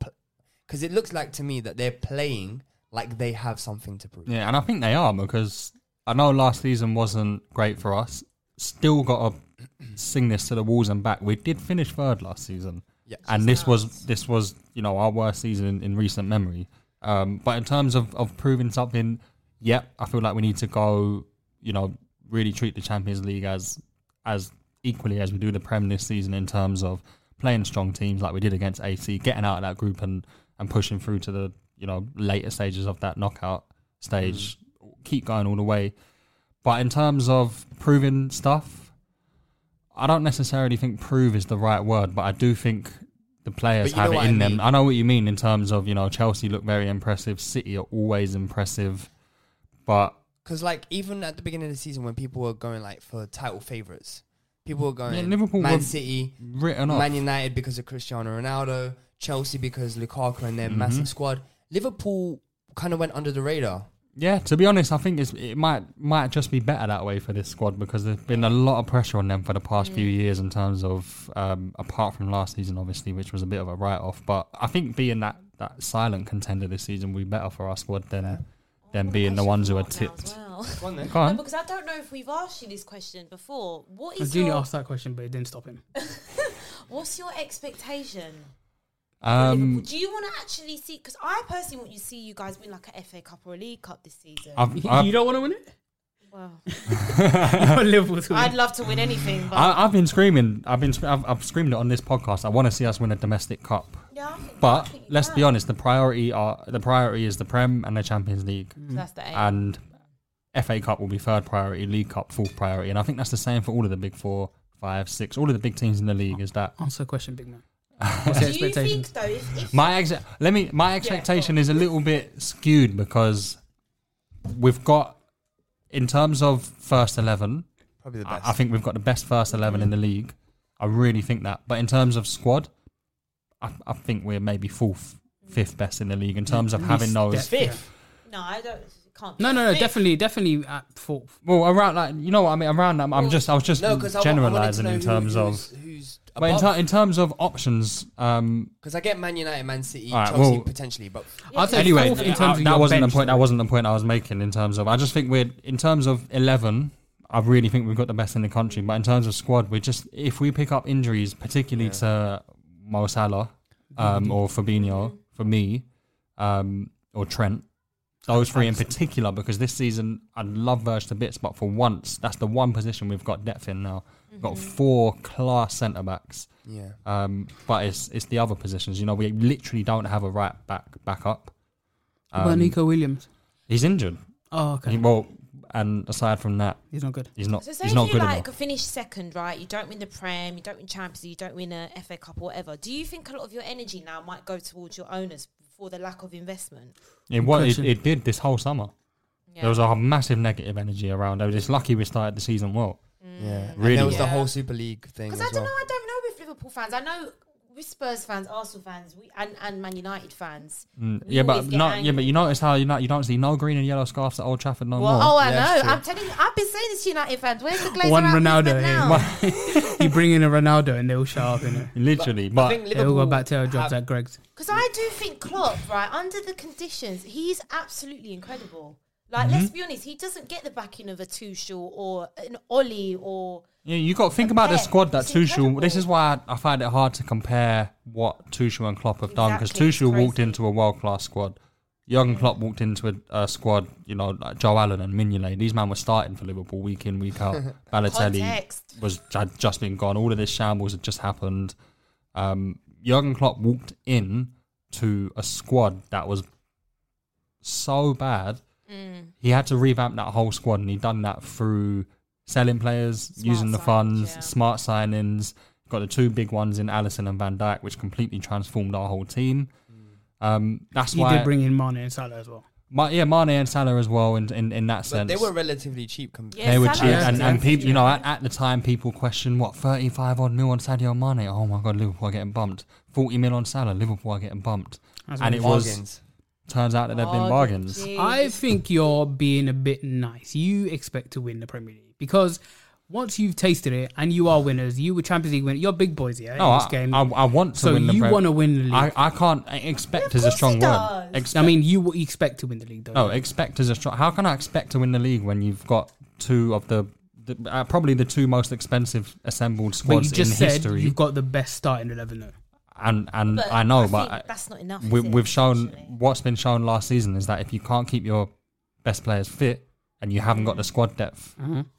E: Because it looks like to me that they're playing like they have something to prove.
A: Yeah, and I think they are because I know last season wasn't great for us. Still got to sing this to the walls and back. We did finish third last season,
E: Yeah.
A: and this was this was you know our worst season in, in recent memory. Um, but in terms of of proving something, yeah, I feel like we need to go. You know, really treat the Champions League as as equally as we do the Prem this season in terms of playing strong teams like we did against AC, getting out of that group and and pushing through to the you know later stages of that knockout stage. Keep going all the way. But in terms of proving stuff, I don't necessarily think prove is the right word, but I do think the players
E: But you
A: have
E: know
A: it
E: what I
A: in
E: mean.
A: them. I know what you mean in terms of, you know, Chelsea look very impressive, City are always impressive, but
E: Because like even at the beginning of the season when people were going like for title favorites, people were going
A: Yeah, Liverpool
E: Man
A: were
E: City,
A: written off.
E: Man United because of Cristiano Ronaldo, Chelsea because Lukaku and
A: Mm-hmm.
E: their massive squad. Liverpool kind of went under the radar.
A: Yeah, to be honest, I think it's, it might might just be better that way for this squad because there's been a lot of pressure on them for the past few years in terms of um, apart from last season, obviously, which was a bit of a write off. But I think being that, that silent contender this season will be better for our squad than than being the ones who are tipped.
E: Go on then.
A: Go
B: No,
A: on.
B: because I don't know if we've asked you this question before. What is
D: Junior
B: your,
D: asked that question, but it didn't stop him.
B: what's your expectation?
A: Um,
B: Do you want to actually see? Because I personally want you to see you guys win like a FA Cup or a League Cup this season.
A: I've, I've,
D: you don't want to win it?
B: well,
D: You want Liverpool to win.
B: I'd love to win anything, but
A: I, I've been screaming. I've been. sc- I've, I've screamed it on this podcast. I want to see us win a domestic cup.
B: yeah, I think- I
A: But
B: think you
A: let's be
B: can.
A: honest. The priority are the priority is the Prem and the Champions League.
B: That's the aim.
A: and FA Cup will be third priority, League Cup fourth priority, and I think that's the same for all of the big four, five, six, all of the big teams in the league. Is that
D: Answer the question, big man. What's your
B: Do you
D: expectations?
B: think though? If, if
A: my ex- Let me. My expectation is a little bit skewed because we've got, in terms of first eleven,
E: Probably the
A: I,
E: best.
A: I think we've got the best first eleven in the league. I really think that. But in terms of squad, I, I think we're maybe fourth, fifth best in the league in terms of having those.
D: Fifth.
B: no, I don't. Can't.
D: No, no, no,
B: Fifth.
D: definitely, definitely at fourth.
A: Well, around like you know what I mean. Around that, I'm just I was just
E: no, because
A: generalizing in terms of.
E: who's, who's
A: But in, ter- in terms of options, um,
E: because I get Man United, Man City,
A: All right,
E: Chelsea
A: well-
E: potentially, but
D: I'd say
A: anyway,
D: fourth in
A: uh,
D: terms of
A: that
D: your
A: wasn't
D: bench,
A: the point.
D: though.
A: That wasn't the point I was making. In terms of, I just think we're in terms of eleven. I really think we've got the best in the country. But in terms of squad, we're just if we pick up injuries, particularly to Mo Salah um, or Fabinho, for me, um, or Trent, those three in particular, because this season I love Verge to bits, but for once, that's the one position we've got depth in now. We've got
E: Mhm.
A: four class centre backs.
B: Mm.
E: Yeah.
A: Um, but it's it's the other positions. You know, we literally don't have a right back back up.
D: What about Nico Williams?
A: He's injured.
D: Oh, okay.
A: Um, He- well, and aside from that,
D: he's not good.
A: He's not.
B: So say
A: he's
B: if
A: not
B: you
A: good
B: like
A: enough.
B: finish second, right? You don't win the Prem, you don't win Champions, League, you don't win a FA Cup or whatever. Do you think a lot of your energy now might go towards your owners for the lack of investment?
A: It was. It,
D: Question.
A: it did this whole summer. There was a massive negative energy around. I was just lucky we started the season well.
E: Yeah. And
A: really.
E: there was the whole Super League thing.
B: Because
E: As
B: I don't know,
E: well.
B: I don't know with Liverpool fans. I know with Spurs fans, Arsenal fans, we, and and Man United fans.
A: Mm,
B: we
A: yeah, but
B: always get
A: no, yeah,
B: angry.
A: but you notice how you not you don't see no green and yellow scarves at Old Trafford no
B: Well,
A: more.
B: oh, I
E: Yeah, it's
B: know.
E: true.
B: I'm telling you, I've been saying this to United fans. Where's the Glazer
D: One
B: out movement
D: Ronaldo
B: now?
D: here. you bring in a Ronaldo and they'll show up in it.
A: Literally,
E: I
A: but,
E: think
D: They all
E: Liverpool
D: go back to our jobs
E: have-
D: at Greg's.
B: Because I do think Klopp, right, under the conditions, he's absolutely incredible. Like,
D: Mm-hmm.
B: let's be honest, he doesn't get the backing of a Tuchel or an Ollie or.
A: yeah, you got to think about the
B: Pep,
A: squad that
B: it's
A: Tuchel.
B: incredible.
A: This is why I, I find it hard to compare what Tuchel and Klopp have done because
B: Exactly, it's
A: Tuchel walked
B: crazy.
A: into a world class squad. Jurgen Klopp walked into a, a squad, you know, like Joe Allen and Mignolet. These men were starting for Liverpool week in, week out. Balotelli
B: Context.
A: was had just been gone. All of this shambles had just happened. Um, Jurgen Klopp walked in to a squad that was so bad. He had to revamp that whole squad, and he done that through selling players, using the
B: signings,
A: funds,
B: yeah.
A: smart signings. Got the two big ones in Allison and Van Dijk, which completely transformed our whole team.
B: Mm.
A: Um, that's
D: You
A: why,
D: did bring in Mane and Salah as well.
A: Ma- yeah, Mane and Salah as well. In in, in that
E: But
A: sense,
E: they were relatively cheap compared.
B: Yeah,
A: they were
B: Salah
A: cheap,
B: was
A: and, and
B: expensive.
A: people, you know, at, at the time, people questioned what thirty-five odd mil on Sadio Mane. Oh my God, Liverpool are getting bumped. Forty mil on Salah, Liverpool are getting bumped.
D: That's
A: and
D: what
A: it was
E: bargains.
A: turns out that they've been
B: Oh,
A: bargains.
B: geez.
D: I think you're being a bit nice. You expect to win the Premier League because once you've tasted it and you are winners, you were Champions League winners. You're big boys, yeah.
A: No,
D: in this
A: Oh, I,
D: game.
A: I, I want to
D: So
A: win the.
D: you
A: Pre-
D: wanna win the league.
A: I, I can't I expect is a
B: course
A: strong
B: he
A: word.
B: does.
A: Expect,
D: I mean, you would expect to win the league, though.
A: no, expect is a strong. How can I expect to win the league when you've got two of the, the uh, probably the two most expensive assembled
D: but
A: squads
D: you just
A: in
D: said
A: history?
D: you've got the best starting eleven, though.
A: and and
B: But
A: I know,
B: I
A: but
B: think that's not enough,
A: We,
B: is it,
A: we've shown
B: unfortunately?
A: what's been shown last season is that if you can't keep your best players fit and you haven't got the squad depth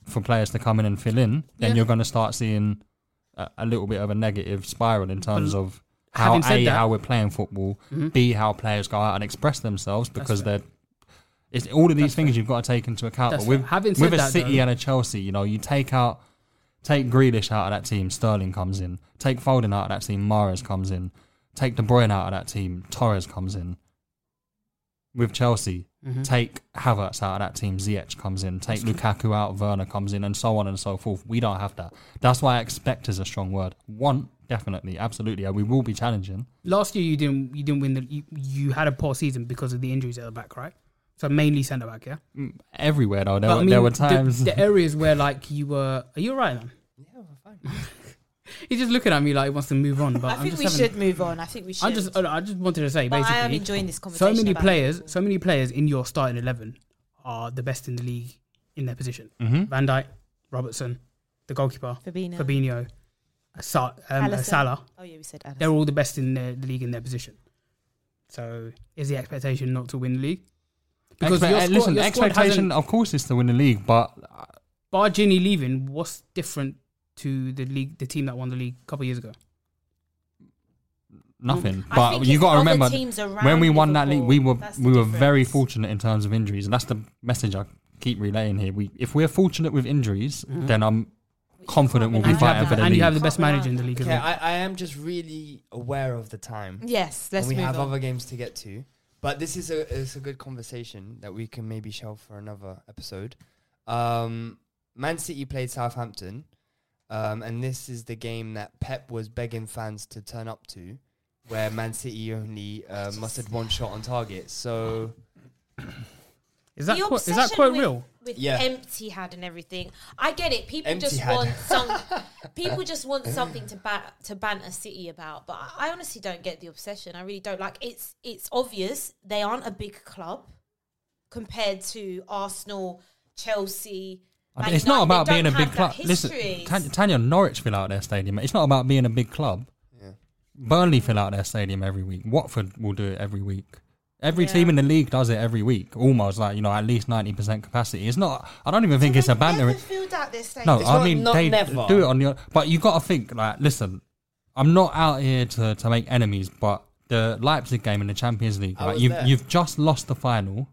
A: for players to come in and fill in, then
D: Mm-hmm. Yeah.
A: you're going to start seeing a, a little bit of a negative spiral in terms of how a
D: having said that- Mm-hmm.
A: how we're playing football, b how players go out and express themselves because
D: fair.
A: they're. It's all of these things you've got to take into account.
D: That's
A: but Uh, with
D: fair. Having
A: with
D: said
A: a
D: that,
A: City
D: though-
A: and a Chelsea, you know, you take out Take Grealish out of that team, Sterling comes in. Take Foden out of that team, Mares comes in. Take De Bruyne out of that team, Torres comes in. With Chelsea,
D: Mm-hmm.
A: take Havertz out of that team, Ziyech comes in. Take Lukaku out, Werner comes in, and so on and so forth. We don't have that. That's why expect is a strong word. Want, definitely, absolutely. And we will be challenging.
D: Last year, you didn't you didn't win the you, you had a poor season because of the injuries at the back, right? So mainly centre back, yeah.
A: Everywhere, though, there,
D: Mm. But
A: were,
D: I mean,
A: there were
D: the-
A: times.
D: the, areas where like you were. Are you alright, man? Yeah, I'm fine. He's just looking at me like he wants to move on, but
B: I
D: I'm
B: think
D: just
B: we
D: having-
B: should move on. I think we should.
D: I just, I just wanted to say,
B: But I
D: basically,
B: am enjoying this
D: So
B: conversation
D: many
B: about
D: players,
B: Liverpool.
D: so many players in your starting eleven are the best in the league in their position.
A: Mm-hmm.
D: Van Dijk, Robertson, the goalkeeper,
B: Fabinho.
D: Fabinho, Sa- um,
B: Alisson.
D: Salah.
B: Oh yeah, we said
D: They're
B: Alisson.
D: all the best in their, the league in their position. So, is the expectation not to win the league? Because
A: Expe-
D: your
A: uh,
D: squad-
A: listen,
D: your squad
A: expectation,
D: hasn't-
A: of course, is to win the league, but
D: Bar Ginny leaving, what's different to the league, the team that won the league a couple of years ago?
A: nothing.
B: I
A: But
B: think
A: you
B: it's
A: got
B: other
A: to remember
B: teams around
A: when we won that league,
B: Liverpool,
A: we were
B: that's the
A: we were very
B: difference.
A: fortunate in terms of injuries, and that's the message I keep relaying here. We if we're fortunate with injuries,
B: Mm.
D: Mm-hmm.
A: then um, I'm confident we'll
B: can't
A: be
B: rely
A: fighting
B: on.
A: for the
D: and you have the
A: league.
D: best
B: Can't
D: manager in the
B: rely
D: league as
E: Okay,
D: well.
E: I, I am just really aware of the time.
B: Yes, Mm, let's
E: and we
B: move
E: have
B: on.
E: other games to get to. But this is a it's a good conversation that we can maybe shelve for another episode. Um, Man City played Southampton, um, and this is the game that Pep was begging fans to turn up to, where Man City only uh, mustered one shot on target. So
D: Is that
B: The
D: quite, is that
B: obsession
D: quite
B: with,
D: real?
B: With
E: Yeah.
B: empty had and everything. I get it. People
E: Empty
B: just
E: had.
B: want some. people just want something to ba- to banter City about. But I- I honestly don't get the obsession. I really don't. Like it's it's obvious they aren't a big club compared to Arsenal, Chelsea. Like,
A: it's
B: no,
A: not
B: they
A: about
B: don't
A: being a
B: have
A: big
B: that
A: club. Listen,
B: history.
A: Tan- Tanya Norwich fill out their stadium. mate. It's not about being a big club. Burnley fill out their stadium every week. Watford will do it every week. Every
B: Yeah.
A: team in the league does it every week, almost like you know at least ninety percent capacity. It's not. I don't even think it's a banter.
B: Never filled out their stadium.
A: No,
B: It's
A: I
B: not-
A: mean
B: not
A: they
B: never.
A: do it on your. But you got to think like, listen, I'm not out here to, to make enemies, but the Leipzig game in the Champions League,
E: I
A: like
E: was
A: you've
E: there.
A: you've just lost the final,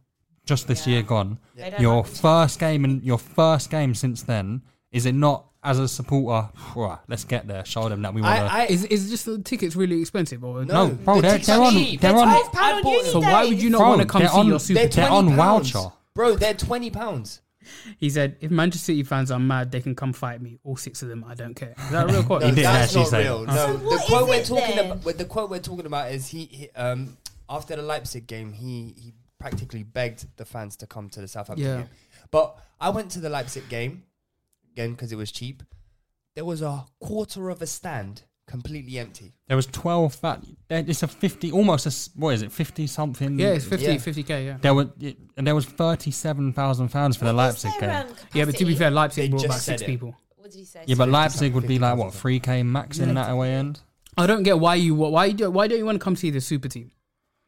A: just this year gone.
E: They don't
A: Your
E: like the
A: first game and your first game since then is it not as a supporter? "Right, Let's get there, show them that we want to.
D: is, is just the tickets really expensive or
A: No, bro, they're, they're on. They're, on.
D: So why would you not
A: Bro,
D: want to come
A: they're
D: see
A: on-
D: your Super?
A: They're, on voucher.
E: Bro, they're twenty pounds.
D: He said, "If Manchester City fans are mad, they can come fight me. All six of them. I don't care." Is that a real quote?
E: No, that's not real.
D: Huh?
E: No, the quote
D: is
E: we're
D: it
E: talking
D: then?
E: about. The quote we're talking about is he, he um after the Leipzig game, he he practically begged the fans to come to the Southampton
D: Yeah.
E: game. But I went to the Leipzig game again because it was cheap. There was a quarter of a stand completely empty.
A: There was twelve. That it's a fifty, almost a s- what is it, fifty something?
D: Yeah, it's 50, 50K, yeah.
A: There were it- and there was thirty-seven thousand fans for the Leipzig game.
D: Yeah, but to be fair, Leipzig
E: They
D: brought
E: just
D: about
E: said
D: six
E: it.
D: people.
B: What did he say?
A: Yeah, but Leipzig would be like what three k max in that away end.
D: I don't get why you why you, why don't you want to come see the super team?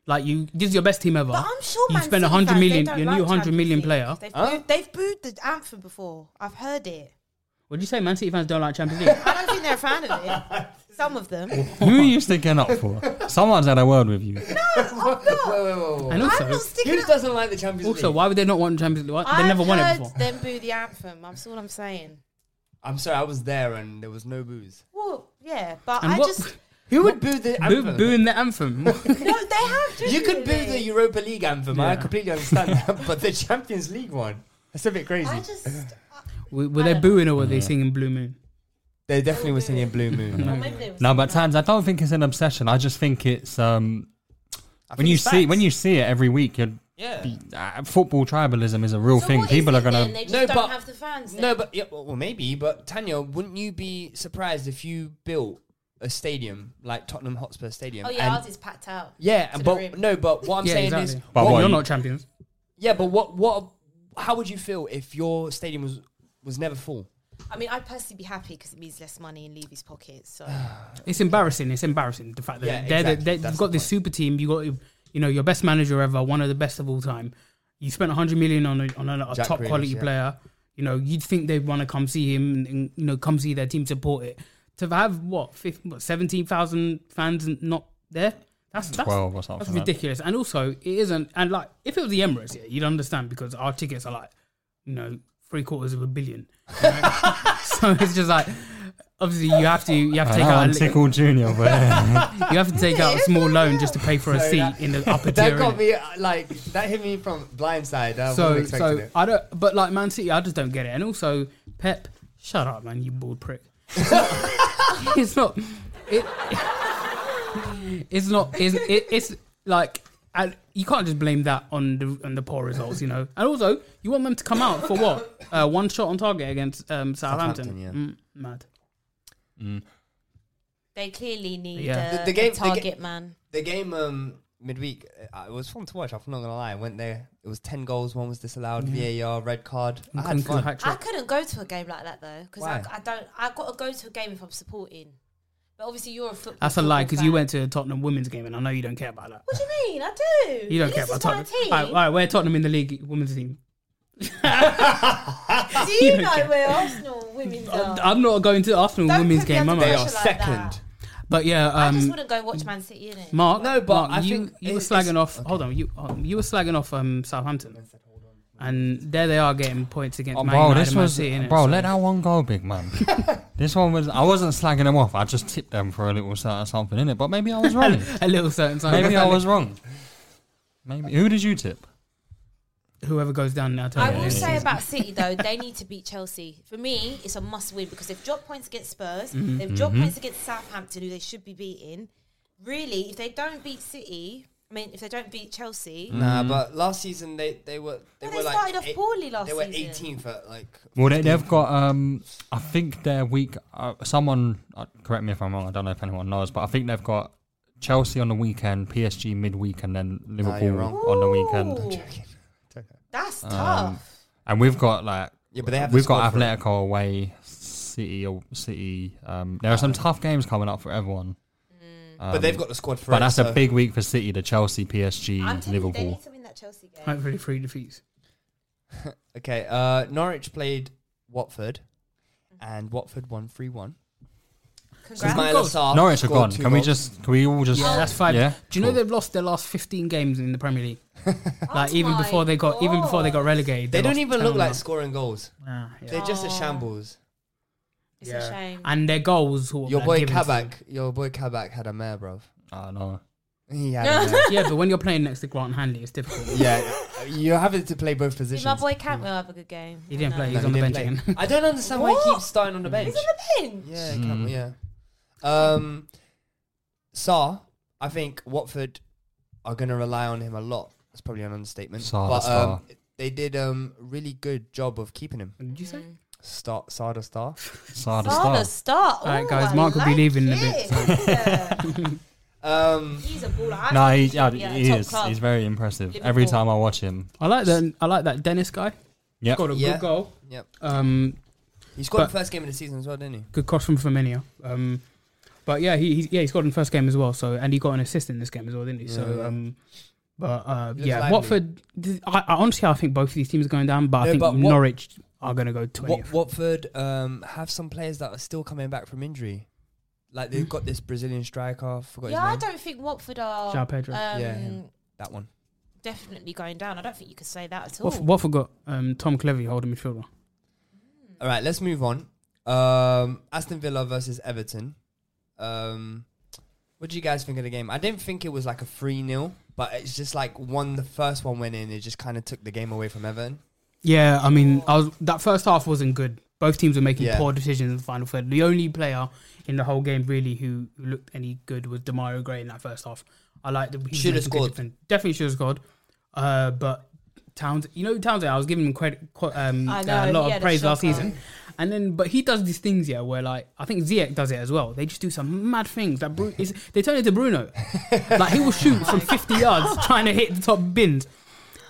D: Like you, this is your best team ever.
B: But I'm sure
D: you
B: Man
D: spend
B: City
D: a hundred
B: fans, they
D: million,
B: don't
D: your
B: like
D: new hundred
B: Champions
D: million
B: League.
D: player.
B: They've,
D: Huh?
B: booed, they've booed the anthem before. I've heard it.
D: What'd you say? Man City fans don't like Champions League.
B: I don't think they're a fan of it. Some of them.
A: Who are you sticking up for? Someone's had a word with you.
D: And also,
E: Who doesn't like the Champions
D: also,
E: League?
D: why would they not want Champions League? Why-
B: I've
D: They never won it
B: heard
D: before.
B: them boo the anthem. That's all I'm saying.
E: I'm sorry, I was there and there was no booze.
B: Well, yeah, but
D: And
B: I
D: what-
B: just
E: Who would boo the
D: Boo,
E: anthem?
D: booing the anthem.
B: no. They have.
E: you could boo the Europa League anthem. I
D: Yeah.
E: completely understand that, but the Champions League one. That's a bit crazy.
B: I just
D: were were they booing or were they singing Blue Moon?
E: They definitely were singing Blue Moon.
B: or maybe they were
A: No, but Tans, I don't think it's an obsession. I just think it's um when
E: think
A: you
E: it's
A: see
E: facts.
A: when you see it every week. You're,
E: Yeah.
A: uh, football tribalism is a real thing. People are gonna.
B: They just
E: No,
B: don't
E: but-
B: have the fans. Then.
E: No, but yeah, well, well, maybe. But Tanya, wouldn't you be surprised if you built a stadium like Tottenham Hotspur Stadium?
B: oh yeah,
E: and-
B: ours is packed out.
E: yeah,
B: to the
E: but
B: rim.
E: no, but what I'm
D: yeah,
E: saying
D: exactly.
E: is,
A: But
E: what-
A: what,
D: You're
A: you-
D: not champions.
E: yeah, but what, what, how would you feel if your stadium was was never full?
B: I mean, I'd personally be happy because it means less money in Levy's pockets. So
D: It's embarrassing. It's embarrassing the fact that
E: Yeah,
D: they're,
E: exactly.
D: they
E: That's
D: you've
E: the
D: got this
E: point.
D: super team. You got you know your best manager ever, one of the best of all time. You spent 100 million on a, on a, a
E: Jack
D: top
E: Grealish,
D: quality
E: yeah.
D: player. You know you'd think they'd want to come see him and, and, you know come see their team support it. To have what, 15, what 17,000 fans and not there. That's, that's,
A: 12 or
D: that's
A: something like that.
D: ridiculous. And also, it isn't. And like, if it was the Emirates, yeah, you'd understand because our tickets are like, you know, three quarters of a billion. you know? so it's just like, obviously, you have to you have to
A: I
D: take
A: know
D: out a
A: I'm
D: li-
A: tickled junior, but
D: you have to take out a small loan just to pay for a
E: Sorry,
D: seat
E: that-
D: in the upper tier.
E: That got
D: innit?
E: me uh, like that hit me from blindside. I
D: So,
E: wasn't expecting
D: so
E: it.
D: I don't. But like Man City, I just don't get it. And also, Pep, shut up, man, you bald prick. It's not. It's not. It, it's not. It's, it, it's like. And you can't just blame that on the on the poor results, you know. And also, you want them to come out for what? Uh, one shot on target against um, Southampton.
E: Southampton, yeah.
D: Mm, mad.
B: they clearly need
D: Yeah.
B: uh,
E: The- the game-
B: a
E: the ga-
B: target man.
E: The game um, midweek, uh, it was fun to watch. I'm not gonna lie. I went there. It was ten goals. One was disallowed. VAR, red card. I had
D: Nkunku
E: fun.
D: hat-trick.
B: I couldn't go to a game like that though because I,
E: Why?
B: I don't. I got to go to a game if I'm supporting. But obviously, you're a football.
D: That's a lie
B: football
D: because you
B: fan.
D: went to a Tottenham women's game, and I know you don't care about that.
B: What do you mean? I do.
D: You don't
B: This
D: care
B: is
D: about
B: my
D: Tottenham.
B: team.
D: All right, all right, we're Tottenham in the league women's team.
B: Do you,
D: You don't
B: know
D: care.
B: where Arsenal women's are?
D: I'm not going to the Arsenal
B: Oh. Don't
D: women's
B: put me
D: game,
B: under
D: am
E: They
D: I?
B: pressure.
E: are
B: like
E: second.
B: that.
D: But yeah,
B: I just
D: um,
B: wouldn't go watch Man City in it.
D: Mark.
E: No, but
D: Mark,
E: I
D: you,
E: think
D: you were
E: it's- it's-
D: slagging off. Hold on, you um, you were slagging off um, Southampton, and there they are getting points against
A: oh,
D: Man
A: bro,
D: United
A: this
D: and Man
A: was
D: City, innit?
A: bro.
D: So-
A: Let that one go, big man. this one was. I wasn't slagging them off. I just tipped them for a little certain something in it, but maybe I was wrong.
D: a little certain time.
A: maybe I was wrong. Maybe who did you tip?
D: Whoever goes down now,
B: I will say about City though, they need to beat Chelsea. For me, it's a must win because they've dropped points against Spurs,
D: Mm-hmm,
B: they've dropped points against Southampton, who they should be beating. Really, if they don't beat City, I mean, if they don't beat Chelsea,
E: Nah,
A: Mm-hmm.
E: but last season they they were they
B: Well,
E: were
B: they
E: like
B: started off
E: eight-
B: poorly last
E: They were
B: season.
E: 18th at like
A: Well, they, they've got. Um, I think their week. Uh, someone uh, correct me if I'm wrong. I don't know if anyone knows, but I think they've got Chelsea on the weekend, PSG midweek, and then
E: Oh, you're
A: Liverpool
E: wrong.
A: on the weekend.
B: Ooh, that's tough.
A: And we've got like
E: Yeah, but they have the
A: We've got
E: squad for it.
A: Atletico away, City, or City. Um, there are some tough games coming up for everyone.
E: Mm.
A: Um,
E: But they've got the squad for
A: But
E: it,
A: that's
E: so-
A: a big week for City, the Chelsea, PSG, Liverpool.
D: Hopefully, three defeats.
E: Okay, uh, Norwich played Watford, and Watford won 3 1.
D: Goals.
A: Norwich are gone. Can we just? Can we all just?
D: yeah, that's fine.
A: Yeah.
D: Do you know they've lost their last 15 games in the Premier League?
B: Oh
D: like even before they got even before they got relegated.
E: They don't
D: lost
E: even
D: 10
E: look
D: or
E: like
D: not.
E: scoring goals.
D: Ah, yeah.
E: They're just a shambles.
B: It's a shame.
D: And their goals. were,
E: Your
D: like,
E: boy
D: given to them.
E: Kabak, your boy Kabak had a mare, bruv.
A: Oh no.
E: He had a mare.
D: yeah, but when you're playing next to Grant Hanley, it's difficult.
E: yeah, you're having to play both
B: Did
E: positions.
B: my boy Cantwell have a good game?
D: He didn't
B: No.
D: play.
E: No,
D: He's
E: he
D: on the
E: didn't
D: bench
E: play.
D: again.
E: I don't understand why he
B: What?
E: keeps starting on the bench.
B: He's on the bench.
E: Yeah, Campbell, yeah. Um, Saar, I think Watford are going to rely on him a lot. That's probably an understatement.
A: Saar,
E: but um,
A: Saar.
E: they did um really good job of keeping him.
D: Did you say?
E: Star, Saar the star.
B: Sada
A: Sada Star.
B: Star.
D: All right,
B: Ooh,
D: guys,
B: I
D: Mark will be
B: like
D: leaving in a
B: it.
E: Um,
B: He's a baller. I
A: No,
B: think
A: he,
B: should
A: yeah,
B: be at a
A: he
B: top
A: is.
B: club.
A: He's very impressive. Every
B: Liverpool.
A: time I watch him.
D: I like that. I like that Dennis guy.
A: Yep.
D: Got a
E: Yeah.
D: good goal.
E: yep.
D: Um,
E: He scored
D: But-
E: the first game of the season as well, didn't he?
D: good cross from Firmino. Um, but yeah, he, he yeah he scored in the first game as well. So and he got an assist in this game as well, didn't he? so
E: yeah.
D: um, but uh,
E: Looks
D: yeah,
E: lively.
D: Watford. th- I, I honestly I think both of these teams are going down, but I
E: No,
D: think
E: but what-
D: Norwich are going to go twentieth.
E: Wat- Watford um, have some players that are still coming back from injury. Like they've got this Brazilian striker. I forgot
B: Mm. Yeah, I
E: his name.
B: don't think Watford are
D: João Pedro.
B: Um,
E: Yeah, him. That one.
B: definitely going down. I don't think you could say that at all.
D: Watford, Watford got um, Tom Clevy holding midfielder.
E: All right, let's move on. Um, Aston Villa versus Everton. Um, what do you guys think of the game? I didn't think it was like a 3 0, but it's just like one, the first one went in, it just kind of took the game away from Everton.
D: Yeah, I mean, I was that first half wasn't good. Both teams were making
E: Yeah.
D: poor decisions in the final third. The only player in the whole game really who who looked any good was Demario Gray in that first half. I like the he
E: Should
D: was
E: have
D: making good
E: scored.
D: defend- Definitely should have scored. Uh, but Towns, you know Towns, I was giving him credit, qu- um, uh,
B: I
D: a
B: know,
D: lot
B: he
D: of
B: had a
D: praise last
B: shocker.
D: season. And then, but he does these things, yeah, where like I think Ziyech does it as well. They just do some mad things. That Bru- is, they turn into Bruno. like he will shoot
B: Oh
D: from fifty yards, trying to hit the top bins.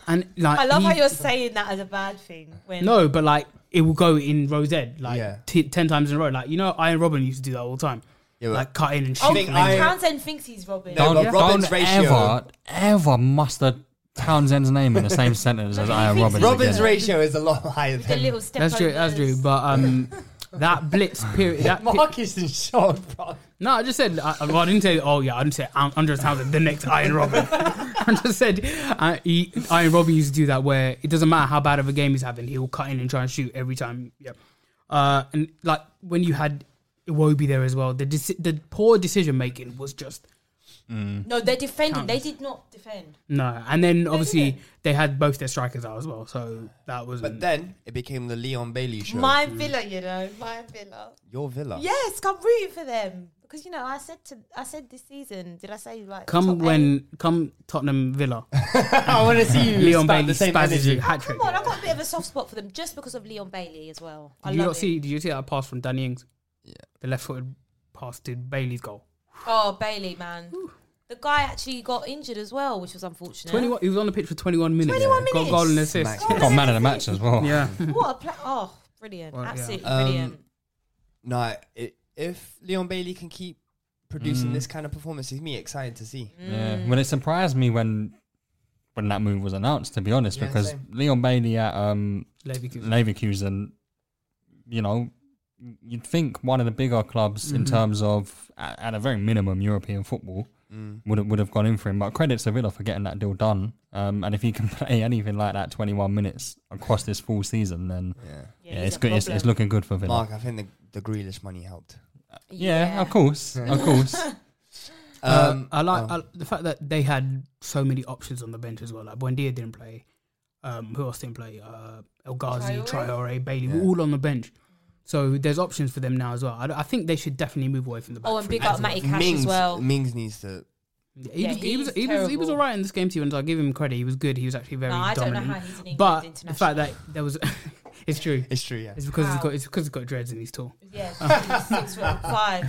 D: And like
B: I love how
D: he-
B: you're saying that as a bad thing. When
D: no, but like it will go in row Z like
E: Yeah.
D: t- ten times in a row. Like you know, Iron Robin used to do that all the time.
E: Yeah, but-
D: like cut in and shoot.
B: oh,
E: think
D: and then-
E: I-
B: Townsend thinks he's Robin.
E: No,
A: Don't,
E: but Robin's
A: don't
E: ratio-
A: ever, ever muster Townsend's name in the same sentence as Iron Robin.
E: Robin's
A: again.
E: ratio is a lot higher
B: the
E: than
B: little step
D: that's true. That's true.
B: overs.
D: But um, that blitz period. That pe-
E: Marcus is shot, bro.
D: no, I just said. I, well, I didn't say. Oh yeah, I didn't say um, Andres Townsend, the next Iron Robin. I just said uh, he, Iron Robin used to do that where it doesn't matter how bad of a game he's having, he'll cut in and try and shoot every time. Yep. Uh, and like when you had Iwobi there as well, the deci- the poor decision making was just
B: No, they're defending. They did not defend.
D: No, and then obviously
B: didn't.
D: they had both their strikers out as well, so that was.
E: But then it became the Leon Bailey show.
B: My Villa, you know, my Villa.
D: Ah.
E: Your Villa.
B: Yes, I'm rooting for them because you know I said to I said this season. Did I say like
D: come
B: top
D: when
B: eight?
D: come Tottenham Villa,
E: I want to see you.
D: Leon
E: spout
D: Bailey
E: the same
D: spazzes
E: energy.
D: you hat trick.
B: Come on, I've got a bit of a soft spot for them just because of Leon Bailey as well. I
D: Did you
B: love
D: not
B: him.
D: see? Did you see that pass from Danny Ings? Yeah, the left-footed pass to Bailey's goal.
B: Oh, Bailey, man. The guy actually got injured as well, which was unfortunate.
D: Twenty-one. He was on the pitch for twenty-one minutes.
B: 21
D: Got
B: minutes.
D: goal and assist.
E: Smack.
A: Got man of the match as well.
D: Yeah.
B: What a play. Oh, brilliant.
D: Well, yeah.
B: Absolutely
E: Um,
B: brilliant.
E: No, i if Leon Bailey can keep producing this kind of performance, it's me excited to see.
A: Yeah. Well, it surprised me when when that move was announced. To be honest,
E: Yeah,
A: because
E: same.
A: Leon Bailey at um,
D: Leverkusen.
A: Leverkusen, you know, you'd think one of the bigger clubs
E: Mm-hmm.
A: in terms of at, at a very minimum European football
B: Mm.
E: Mm.
A: would have, would have gone in for him. But credit to Villa for getting that deal done. Um, and if he can play anything like that, twenty one minutes across this full season, then yeah,
B: he's
A: it's
B: a
A: good. It's, it's
B: problem.
A: looking good for Villa.
E: Mark, I think the, the Grealish money helped.
A: yeah, of course, of course.
E: Um,
D: Uh, I like I, the fact that they had so many options on the bench as well. Like Buendia didn't play. Um, who else didn't play? Uh, El Ghazi,
B: Traore?
D: Traore, Bailey, were all on the bench. So there's options for them now as well. I, I think they should definitely move away from the back.
B: Oh, and
D: three
B: big up
D: as
B: Matty
D: well.
B: Cash
E: Mings,
B: as well.
E: Mings needs to.
D: He,
B: Yeah,
D: was, he, was,
B: he's
D: he, was, he was
B: terrible.
D: all right in this game too, and I give him credit. He was good. He was actually very
B: No, I don't know
D: dominant.
B: how he's an England
D: but the
B: international.
D: fact that there was, it's true.
E: It's true, yeah.
D: It's because he's
B: Wow.
D: got it's because he's got dreads and he's tall.
B: Yeah, she's six foot five.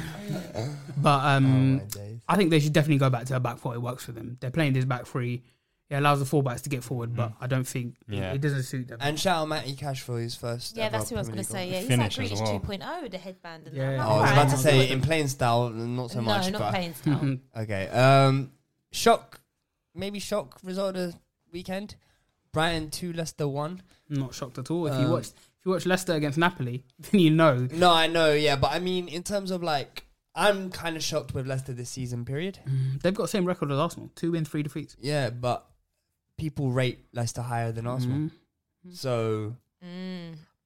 D: But um,
E: days. Oh,
D: mm. I think they should definitely go back to a back four. It works for them. They're playing this back three. It allows the fullbacks to get forward, but I don't think
E: Yeah.
D: it doesn't suit them.
E: And shout out Matty Cash for his first.
B: Yeah,
E: ever
B: that's who I was going
E: Premier
B: to say. Yeah,
E: League
B: he's
E: goal.
B: like Grealish 2.0 with the headband and that.
E: Oh, I was about to say in playing style, not so
B: No,
E: much.
B: not
E: but
B: playing
D: Mm-hmm.
B: style.
E: okay. Um, shock, maybe shock result of the weekend. Brighton two, Leicester one.
D: Not shocked at all. If you
E: Um,
D: watched if you watch Leicester against Napoli, then you know.
E: No, I know. Yeah, but I mean, in terms of like, I'm kind of shocked with Leicester this season. Period.
D: They've got the same record as Arsenal. Two wins, three defeats.
E: Yeah, but people rate Leicester higher than Arsenal.
D: Mhm.
E: So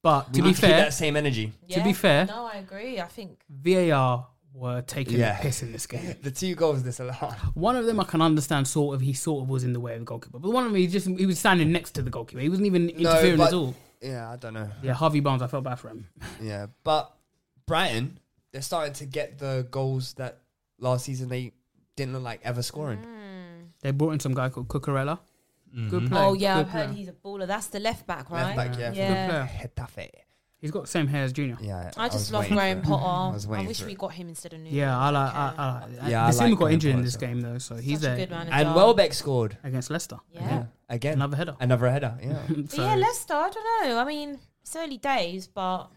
D: But
E: we
D: to be
E: need keep
D: fair,
E: that same energy.
D: to be fair,
B: No, I agree. I think.
D: VAR were taking
E: Yeah.
D: the piss in this game.
E: The two goals disallowed.
D: One of them I can understand, sort of. He sort of was in the way of the goalkeeper, but one of them he just he was standing next to the goalkeeper. He wasn't even interfering
E: but-
D: at all.
E: Yeah, I don't know.
D: Yeah, Harvey Barnes, I felt bad for him.
E: Yeah, but Brighton, they're starting to get the goals that last season they didn't look like ever scoring.
D: They brought in some guy called Cucurella.
A: Mm-hmm.
D: Good player.
B: Mm. Oh yeah,
D: good
B: I've heard
D: player.
B: he's a baller. That's the left back, right?
E: Left back, yeah,
D: Good
B: Yeah.
D: player.
E: Hetafe.
D: He's got the same hair as Junior.
E: Yeah,
B: I just
E: was
B: love
E: waiting for
B: Graham
E: it. I was
B: Potter. I,
E: waiting
B: wish
E: for
B: we
E: it.
B: got him instead of Nuno.
D: Yeah, I like. I, I, like-
E: Yeah, I
D: the same
E: like
D: got
E: Graham
D: injured in
E: Potter
D: this
E: as
D: game though, so he's
B: Such a
D: there
B: good manager.
E: And Welbeck scored
D: against Leicester.
B: Yeah.
E: again.
D: Another header.
E: Another header. Yeah.
B: But
D: So-
B: yeah, Leicester. I don't know. I mean, it's early days, but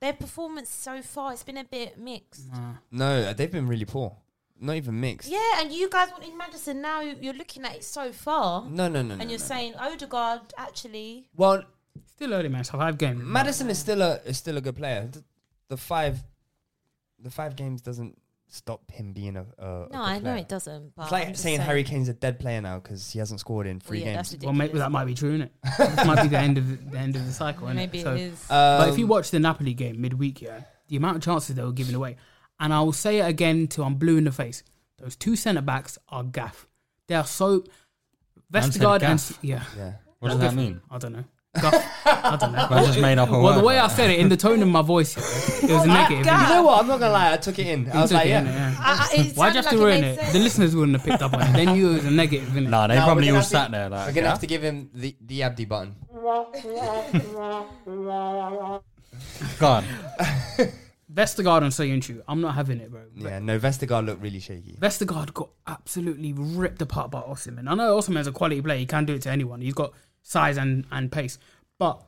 B: their performance so far it's been a bit mixed.
E: no, they've been really poor. Not even mixed.
B: Yeah, and you guys wanting Madison now. you- You're looking at it so far,
E: No, no, no.
B: and
E: no,
B: you're
E: no.
B: saying Odegaard actually.
E: well,
D: Still early, man. It's a five game.
E: Madison is still a is still a good player. The, the five, the five games doesn't stop him being a. a a good
B: No, I know
E: player.
B: it doesn't. But
E: It's
B: I'm
E: like
B: just
E: saying Harry Kane's a dead player now because he hasn't scored in three
B: Well, yeah,
E: games.
B: that's
D: Well, maybe
B: ridiculous.
D: that might be true, innit? it might be the end of the, the end of the cycle, innit?
B: Maybe
D: So-
B: it uh, is.
E: Uh,
D: but if you watch the Napoli game midweek, yeah, the amount of chances they were giving away, and I will say it again till I'm blue in the face. Those two centre backs are gaff. They are so Vestergaard and
A: gaff.
D: yeah,
E: Yeah.
A: What does that mean?
D: I don't know. Gaff. I don't know.
A: I just made up a
D: Well, the
A: word.
D: way I said it in the tone of my voice, it was negative.
E: Ah, You know what? I'm not gonna lie. I took it in. I was
D: It's
E: like,
D: okay,
E: yeah.
D: innit? Yeah.
B: I- I- uh, it
D: Why'd you
B: sounded
D: have
B: like
D: to ruin
B: made
D: it?
B: sense.
D: The listeners wouldn't have picked up on it. They knew it was a negative, innit?
A: Nah, they
E: Nah, we're
A: probably
E: gonna
A: all
E: have to-
A: sat there like.
E: We're gonna
A: yeah?
E: have to give him the the Abdi button.
A: God.
D: Vestergaard and Soyuncu, I'm not having it, bro.
E: Yeah. No, Vestergaard looked really shaky.
D: Vestergaard got absolutely ripped apart by Osimhen. I know Osimhen's a quality player; he can do it to anyone. He's got size and, and pace, but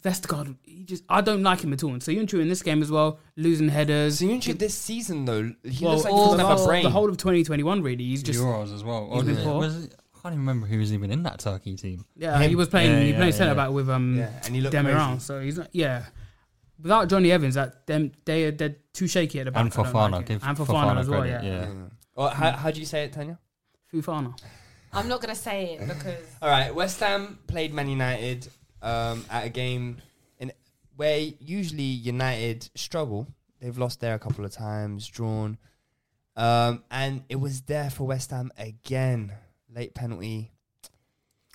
D: Vestergaard, he just I don't like him at all. And Soyuncu in this game as well, losing headers.
E: Ziyech this season though, he
D: Well,
E: looks like
D: all
E: he's got a
D: the,
E: brain.
D: the whole of 2021, really, he's just
A: Euros as well. Or
D: Even
A: did-
D: poor.
A: was it- I can't even remember who was even in that Turkey team.
D: yeah. He was playing,
A: Yeah,
D: he
A: yeah,
D: played
A: yeah,
D: centre
A: yeah.
D: back with um
E: Yeah, and he looked
D: Demiral,
E: crazy.
D: so he's not yeah. Without Johnny Evans, that them they are they're too shaky at the back.
A: And
D: I don't
A: Fofana,
D: like it.
A: give
D: and Fofana,
A: Fofana
D: as well,
A: credit,
D: yeah.
A: yeah.
E: Or how how do you say it, Tanya?
D: Fofana.
B: I'm not gonna say it because
E: All right. West Ham played Man United um, at a game in where usually United struggle. They've lost there a couple of times, drawn, um, and it was there for West Ham again. Late penalty.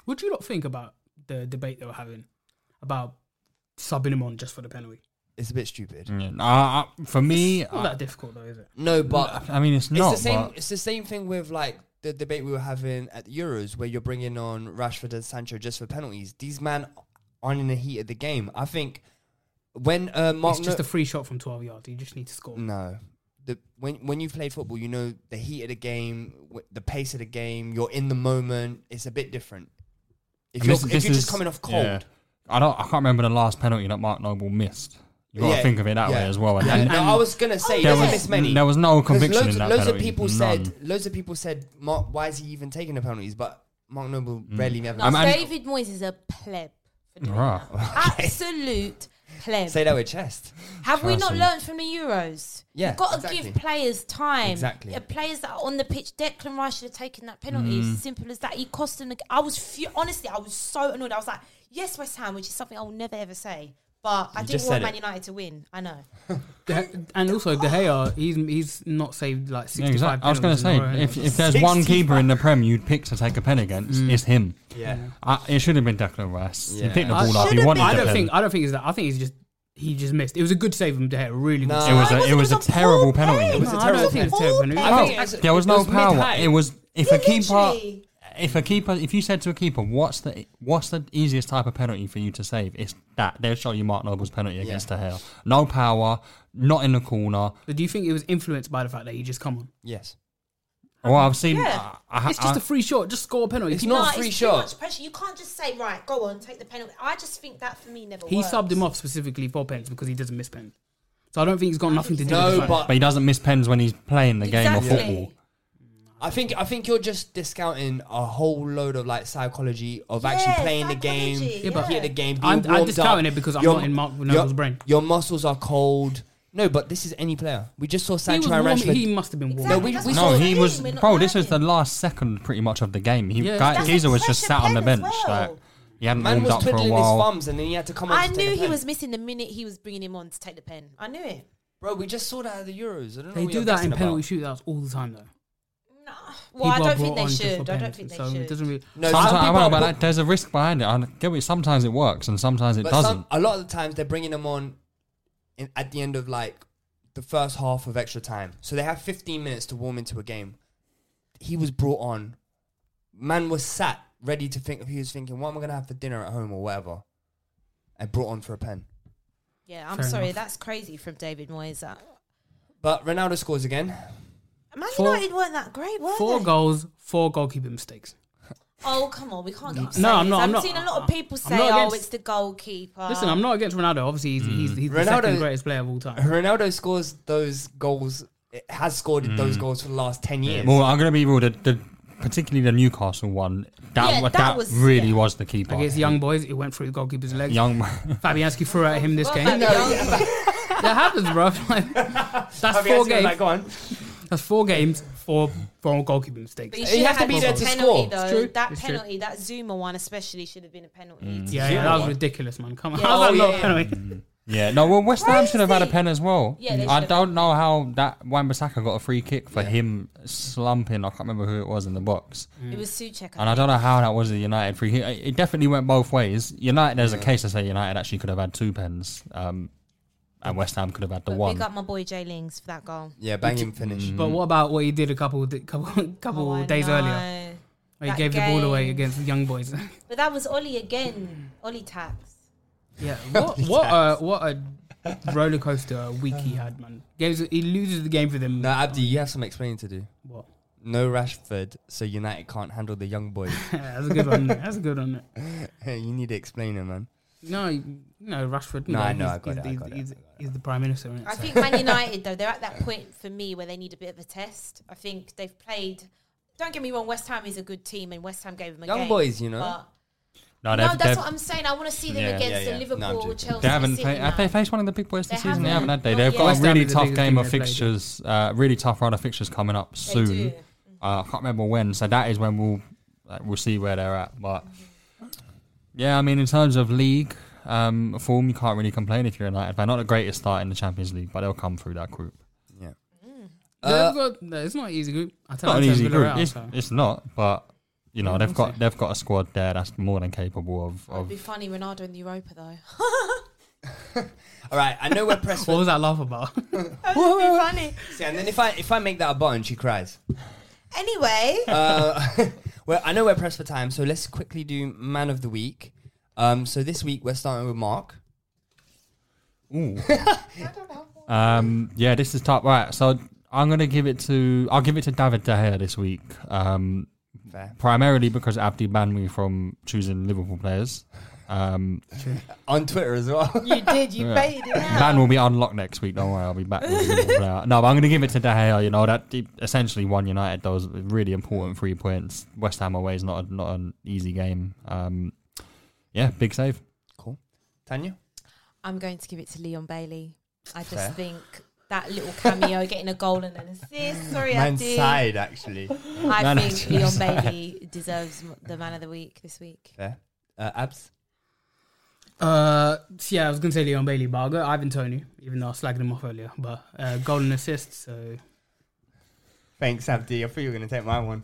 D: What do you lot think about the debate they were having about subbing him on just for the penalty?
E: It's a bit stupid.
A: Yeah. Uh, for me,
D: Not
A: I,
D: that difficult though, is it?
E: No, but
A: I mean it's not.
E: it's the same.
A: but-
E: It's the same thing with like the debate we were having at the Euros, where you're bringing on Rashford and Sancho just for penalties. These men aren't in the heat of the game. I think when uh, Mark
D: It's just
E: No-
D: a free shot from 12 yards. You just need to score.
A: Mm.
E: no. The, when when you've played football, you know the heat of the game, w- the pace of the game. You're in the moment. It's a bit different. If
A: And
E: you're,
A: this-
E: if
A: this
E: you're just
A: is-
E: coming off cold,
A: yeah. I don't. I can't remember the last penalty that Mark Noble missed. You got to
E: Yeah.
A: think of it that
E: Yeah.
A: way as well. And,
E: Yeah,
A: and
E: no, I was gonna say
A: there
E: there's
A: was
E: miss many.
A: there was no
E: 'Cause
A: conviction
E: loads,
A: in that
E: loads
A: penalty.
E: of people
A: None.
E: said loads of people said Mark why is he even taking the penalties but Mark Noble rarely never
A: Mm. I'm- I'm-
B: David Moyes is a pleb. For doing
A: Right.
B: that. Absolute pleb.
E: say that with chest
B: Have we not
A: Chelsea.
B: learned from the Euros?
E: Yeah,
B: You've got to
E: exactly.
B: give players time.
E: Exactly. Mm.
B: Yeah, players that are on the pitch. Declan Rice should have taken that penalty. It's simple as that. He cost them. The, I was fu- honestly, I was so annoyed. I was like, yes, West Ham, which is something I will never ever say. But I do
E: just
B: want
E: said
B: Man
E: it.
B: United to win. I know.
D: De- and also, De Gea, he's he's not saved like 65
A: Yeah, exactly. I was going to say, if, if there's one
E: 65.
A: keeper in the Prem you'd pick to take a pen against, it's him.
E: yeah
A: Uh, it should have been Declan Rice.
E: Mm.
A: He
E: Yeah.
A: picked the
E: I-
A: ball up. He
B: Should've
A: wanted
B: been.
D: I
A: the
D: don't
A: pen.
D: think I don't think it's that. I think he's just he just missed. It was a good save from De Gea. a Really
E: Nah.
D: good.
A: it
D: Save.
A: was a,
B: It
A: it
B: was
A: was a
B: a poor
A: terrible
B: play.
A: penalty.
E: it was a
D: No, I
E: terrible
D: don't think it's
E: penalty.
D: terrible.
B: Poor
D: It was
B: player.
E: I think it's-
A: There was
E: it
A: no
E: was
A: power.
E: mid-high.
A: It was if
B: Yeah,
A: a keeper,
B: literally.
A: if a keeper, if you said to a keeper, what's the what's the easiest type of penalty for you to save? It's that they'll show you Mark Noble's penalty against De Gea. No power, not in the corner.
D: But do you think it was influenced by the fact that he just come on?
E: yes
A: Well, I've seen.
B: Yeah.
A: I, I,
D: It's just
A: I-
D: a free shot. Just score a penalty.
E: It's not a
B: it's
E: free
B: too
E: shot.
B: much pressure. You can't just say, right, go on, take the penalty. I just think that for me never
D: He
B: works.
D: subbed him off specifically for pens because he doesn't miss pens. So I don't think he's got nothing to do. with the
E: No,
D: fact-
E: but
A: but he doesn't miss pens when he's playing the game of
B: Exactly.
A: football.
E: I think I think you're just discounting a whole load of like psychology of actually
B: Yeah,
E: playing the game,
B: psychology, Yeah,
E: yeah,
B: but-
E: hear the game.
D: I'm-
E: being
D: I'm
E: warmed
D: discounting
E: up.
D: it because I'm
E: Your-
D: not in Mark
E: your-
D: Noel's brain.
E: Your muscles are cold. No, but this is any player. We just saw
D: he, was
E: Sancho and
D: warm,
E: Rashford.
D: he must have been warm.
E: No, we-
B: That's
E: we
B: what
E: saw-
A: No,
B: I'm
A: he
B: saying,
A: was.
B: we're not
A: Bro, this was
B: lying.
A: the last second, pretty much, of the game. He,
D: Yeah.
A: Guy,
B: That's
A: Geezer was just
B: such a
A: sat on the
B: pen as
A: bench.
B: well.
A: Like, he hadn't
E: Man
A: warmed
E: was
A: up for a
E: twiddling his
A: while.
E: thumbs and then he had to come on.
B: I
E: to take
B: knew
E: a
B: he
E: pen.
B: was missing the minute he was bringing him on to take the pen. I knew it.
E: Bro, we just saw that at the Euros. I don't know
D: They
E: what
D: do
E: you're
D: that in
E: guessing
D: penalty
E: about.
D: shootouts all the time, though.
B: No.
D: People
B: Well, I
D: are
B: don't think
D: brought
B: they
D: on just for
B: should. I don't
D: penalties,
B: think they
D: so It
B: should.
D: doesn't really.
E: No,
A: Sometimes,
E: some
A: I
E: people
A: know,
E: are
A: but
E: put-
A: that, there's a risk behind it. I get it. Sometimes it works, and sometimes it
E: But
A: doesn't.
E: Some, a lot of the times they're bringing them on in, at the end of like the first half of extra time, so they have 15 minutes to warm into a game. He was brought on. Man was sat ready to think. He was thinking, "What am I gonna have for dinner at home or whatever?" And brought on for a pen.
B: Yeah, I'm
D: Fair
B: sorry.
D: enough.
B: That's crazy from David Moyes. That.
E: But Ronaldo scores again.
B: Man
D: Four-
B: United weren't that great, were
D: Four
B: they?
D: goals, four goalkeeper mistakes.
B: Oh, come on. We can't keep saying
D: No, I'm
B: this.
D: not- I'm
B: I've
D: not-
B: seen a lot of people
D: I'm
B: say,
D: not
B: oh,
D: against-
B: it's the goalkeeper.
D: Listen, I'm not against Ronaldo. Obviously, he's, he's, he's the
E: Mm. Ronaldo-
D: second greatest player of all time.
E: Ronaldo scores those goals. It has scored those goals for the last 10 years.
A: Well, I'm going to be real. The, the, particularly the Newcastle one, that
B: Yeah,
A: wa-
B: that
A: that,
B: was-
A: really
B: yeah.
A: was the keeper.
D: Against young boys, it went through the goalkeeper's legs.
A: young.
D: Fabianski threw at him this
B: Well,
D: game.
B: Fabianski-
D: that happens, bro. Like, that's
E: Fabianski
D: four
E: was
D: games.
E: Like, go on.
D: that's four games, four four goalkeeper mistakes.
B: But he
E: You
B: should have
E: have to
B: had
E: be
B: more
E: there to
B: penalty,
E: score.
B: Though.
D: It's true.
B: That
D: It's true. Mm.
B: penalty, that Zuma one especially, should have been a penalty.
D: Yeah, yeah, Mm. that was ridiculous, man. Come on,
B: Yeah.
D: how's that
E: Oh,
D: not
E: yeah.
D: a penalty?
A: Yeah, no. Well, West Ham should have had a
B: Crazy.
A: pen as well.
B: Yeah, they
A: I
B: should've.
A: don't know how that Wan-Bissaka got a free kick for him slumping. I can't remember who it was in the box,
E: Mm.
B: It was Suchek.
A: and I don't know how that was a United free kick. It it definitely went both ways. United, there's a case to say United actually could have had two pens, um, and West Ham could have had the
B: but
A: one.
B: we got my boy Jay Lings for that goal.
E: Yeah, banging finish.
D: But what about what he did a couple di- couple couple
B: Oh, I
D: days earlier?
B: know.
D: Where
B: That
D: he gave the ball away
B: game.
D: against young boys.
B: But that was Ollie again. Ollie taps.
D: yeah, what what a, what a roller coaster week he had, man. Games he loses the game for them.
E: No, Abdi, you have some explaining to do.
D: What?
E: No Rashford, so United can't handle the young boys.
D: that's a good one. That's a good one.
E: you need to explain it, man.
D: No, you- no, Rashford.
E: No, I know, I
D: he's,
E: got
D: he's,
E: it, I
D: he's,
E: got it,
D: he's,
E: I got
D: he's the prime minister. Isn't it?
B: I think Man United though they're at that point for me where they need a bit of a test. I think they've played. Don't get me wrong, West Ham is a good team, and West Ham gave them a
E: Young
B: game,
E: boys, you know.
B: but-
A: no,
B: no,
A: they've-
B: that's
A: they've-
B: what I'm saying. I want to see them
A: Yeah,
B: against
E: yeah, yeah.
B: the
E: No, I'm
B: Liverpool,
E: joking.
B: Chelsea.
A: They haven't
B: City
A: played, have they
B: now.
A: faced one of the big boys
B: They
A: this season? They
B: haven't.
A: haven't, had they?
B: Not
A: They've
B: yet.
A: got
B: West
A: a
D: Ham
A: really
D: is the
A: tough
D: biggest
A: game
D: team
A: of
D: they've played.
A: fixtures, uh, really tough run of fixtures coming up soon.
B: do.
A: Uh, I can't remember when, so that is when we'll like, we'll see where they're at. But
B: Mm-hmm.
A: yeah, I mean, in terms of league um, form, you can't really complain if you're United. They're not the greatest start in the Champions League, but they'll come through that group.
E: Uh,
D: They've got- no, it's not an easy group. I
A: It's
D: tell
A: not an
D: you,
A: easy
D: Villarreal,
A: group. It's,
D: so.
A: it's not, but you know they've
D: see.
A: got they've got a squad there that's more than capable of.
B: It'd
A: of
B: be funny Ronaldo in the Europa though.
E: all right, I know we're pressed.
D: What
E: for
D: was that laugh about?
B: It'd be funny.
E: and then if I if I make that a button, she cries.
B: Anyway,
E: Uh, well, I know we're pressed for time, so let's quickly do man of the week. Um, so this week we're starting with Mark.
A: Ooh. um, yeah, this is top right. So I'm gonna give it to I'll give it to David De Gea this week. Um,
E: Fair.
A: primarily because Abdi banned me from choosing Liverpool players. Um,
E: On Twitter as well.
B: you did. You
A: Yeah.
B: baited it out.
A: ban will be unlocked next week. Don't worry, I'll be back. With a Liverpool player. No, but I'm gonna give it to De Gea. You know that he essentially won United those really important three points. West Ham away is not a, not an easy game. Um, yeah, big save.
E: cool. Tanya?
B: I'm going to give it to Leon Bailey. I just
E: Fair.
B: think that little cameo, getting a goal and an assist. Sorry, I
E: Man's
B: did.
E: side, actually.
B: I
A: Man
B: think Leon Bailey deserves m- the man of the week this week.
E: Fair. Uh, abs?
D: Uh, yeah, I was gonna say Leon Bailey, but I'll go Ivan Tony, even though I slagged him off earlier. But uh, golden assist, so
E: Thanks, Abdi. I thought you were going to take my one.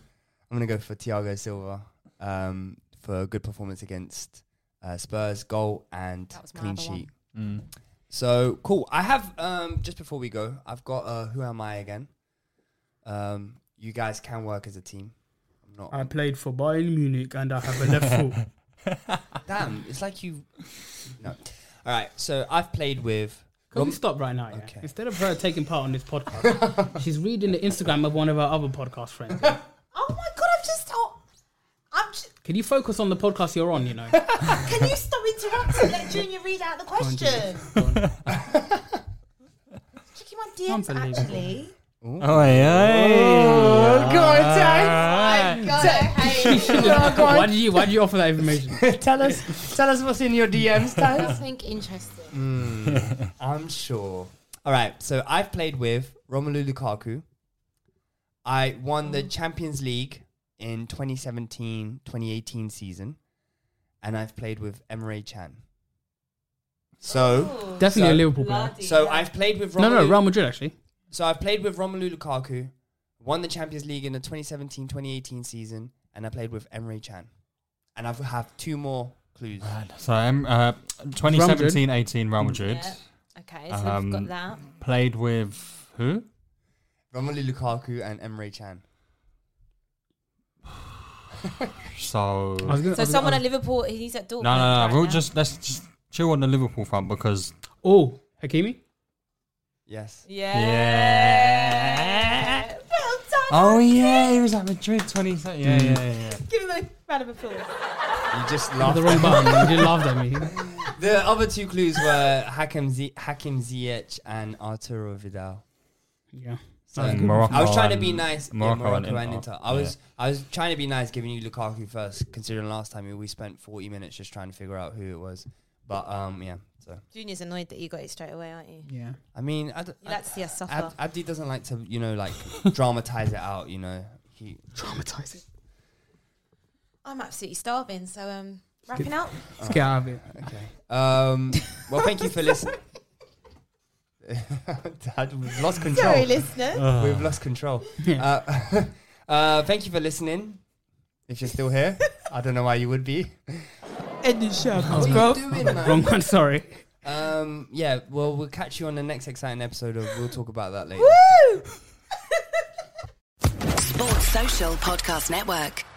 E: I'm going to go for Thiago Silva um, for a good performance against uh, Spurs, goal and
B: That was my
E: clean
B: other one.
E: sheet. So cool. I have um, just before we go, I've got uh, who am I again? Um, you guys can work as a team. I'm not.
D: I played for Bayern Munich and I have a left foot.
E: Damn, it's like you. No. All right. So I've played with
D: Can we stop right now? yeah? Instead of her taking part on this podcast, she's reading the Instagram of one of her other podcast friends.
F: Oh my god, I'm just. Oh, I'm just,
D: Can you focus on the podcast you're on? You know,
F: can you stop interrupting that Junior read out the
D: on,
F: question?
D: Junior.
F: Checking my DMs actually.
A: Oh, yeah.
F: Oh, God,
A: Ah.
F: Dave. God, I hate you.
D: Oh, why did you Why did you offer that information?
E: tell us, tell us what's in your DMs, Taz.
F: Something interesting.
E: I'm sure. All right, so I've played with Romelu Lukaku. I won
D: Mm.
E: the Champions League in 2017-2018 season, and I've played with Emre Chan. So,
D: Definitely
E: So-
D: a Liverpool player.
E: so I've played with Romelu.
D: Oh, No, no, Real Madrid actually.
E: So I've played with Romelu Lukaku, won the Champions League in the 2017-2018 season, and I played with Emre Chan. And I've have two more clues.
A: So I'm uh, 2017 18 Real Madrid.
B: Okay, so we've
A: Um,
B: got that.
A: Played with who?
E: Romelu Lukaku and Emre Chan.
A: So.
D: I was gonna,
B: So someone at Liverpool, he's at Dortmund.
A: No, no,
B: right
A: no. We'll
B: now.
A: just let's just chill on the Liverpool front because
D: oh, Hakimi.
E: Yes.
B: Yeah.
A: Yeah.
B: Well done.
A: oh yeah, he was at Madrid 2013. Yeah, yeah, yeah, yeah.
B: Give him a round of applause.
E: You just
D: Oh,
E: laughed.
D: the wrong button. You laughed at me.
E: The other two clues were Hakim, Z- Hakim Ziyech and Arturo Vidal.
D: Yeah.
E: So
D: That's good.
A: Morocco
E: I was trying to
A: and-
E: be nice.
A: Morocco
E: yeah, Morocco
A: and
E: and,
A: Inter.
E: Inter. I was I was trying to be nice, giving you Lukaku first, considering last time we spent 40 minutes just trying to figure out who it was. But um, yeah. So
B: Junior's annoyed that you got it straight away, aren't you?
D: Yeah.
E: I mean, I d-
B: You like to see us suffer.
E: Ab- Abdi doesn't like to, you know, like dramatize it out. You know, he
D: Traumatize it.
B: I'm absolutely starving, so um, wrapping up.
D: Let's get out of it.
E: Okay. Um, well, thank you for listening. Dad, we've lost control.
B: Sorry, listeners.
D: Ah.
E: We've lost control. Uh, uh, thank you for listening. If you're still here, I don't know why you would be.
D: End the show. Let's
E: What
D: go.
E: are you doing, man?
D: Wrong one. Sorry.
E: Um, yeah, well, we'll catch you on the next exciting episode of We'll Talk About That Later.
F: Woo!
G: Sports Social Podcast Network.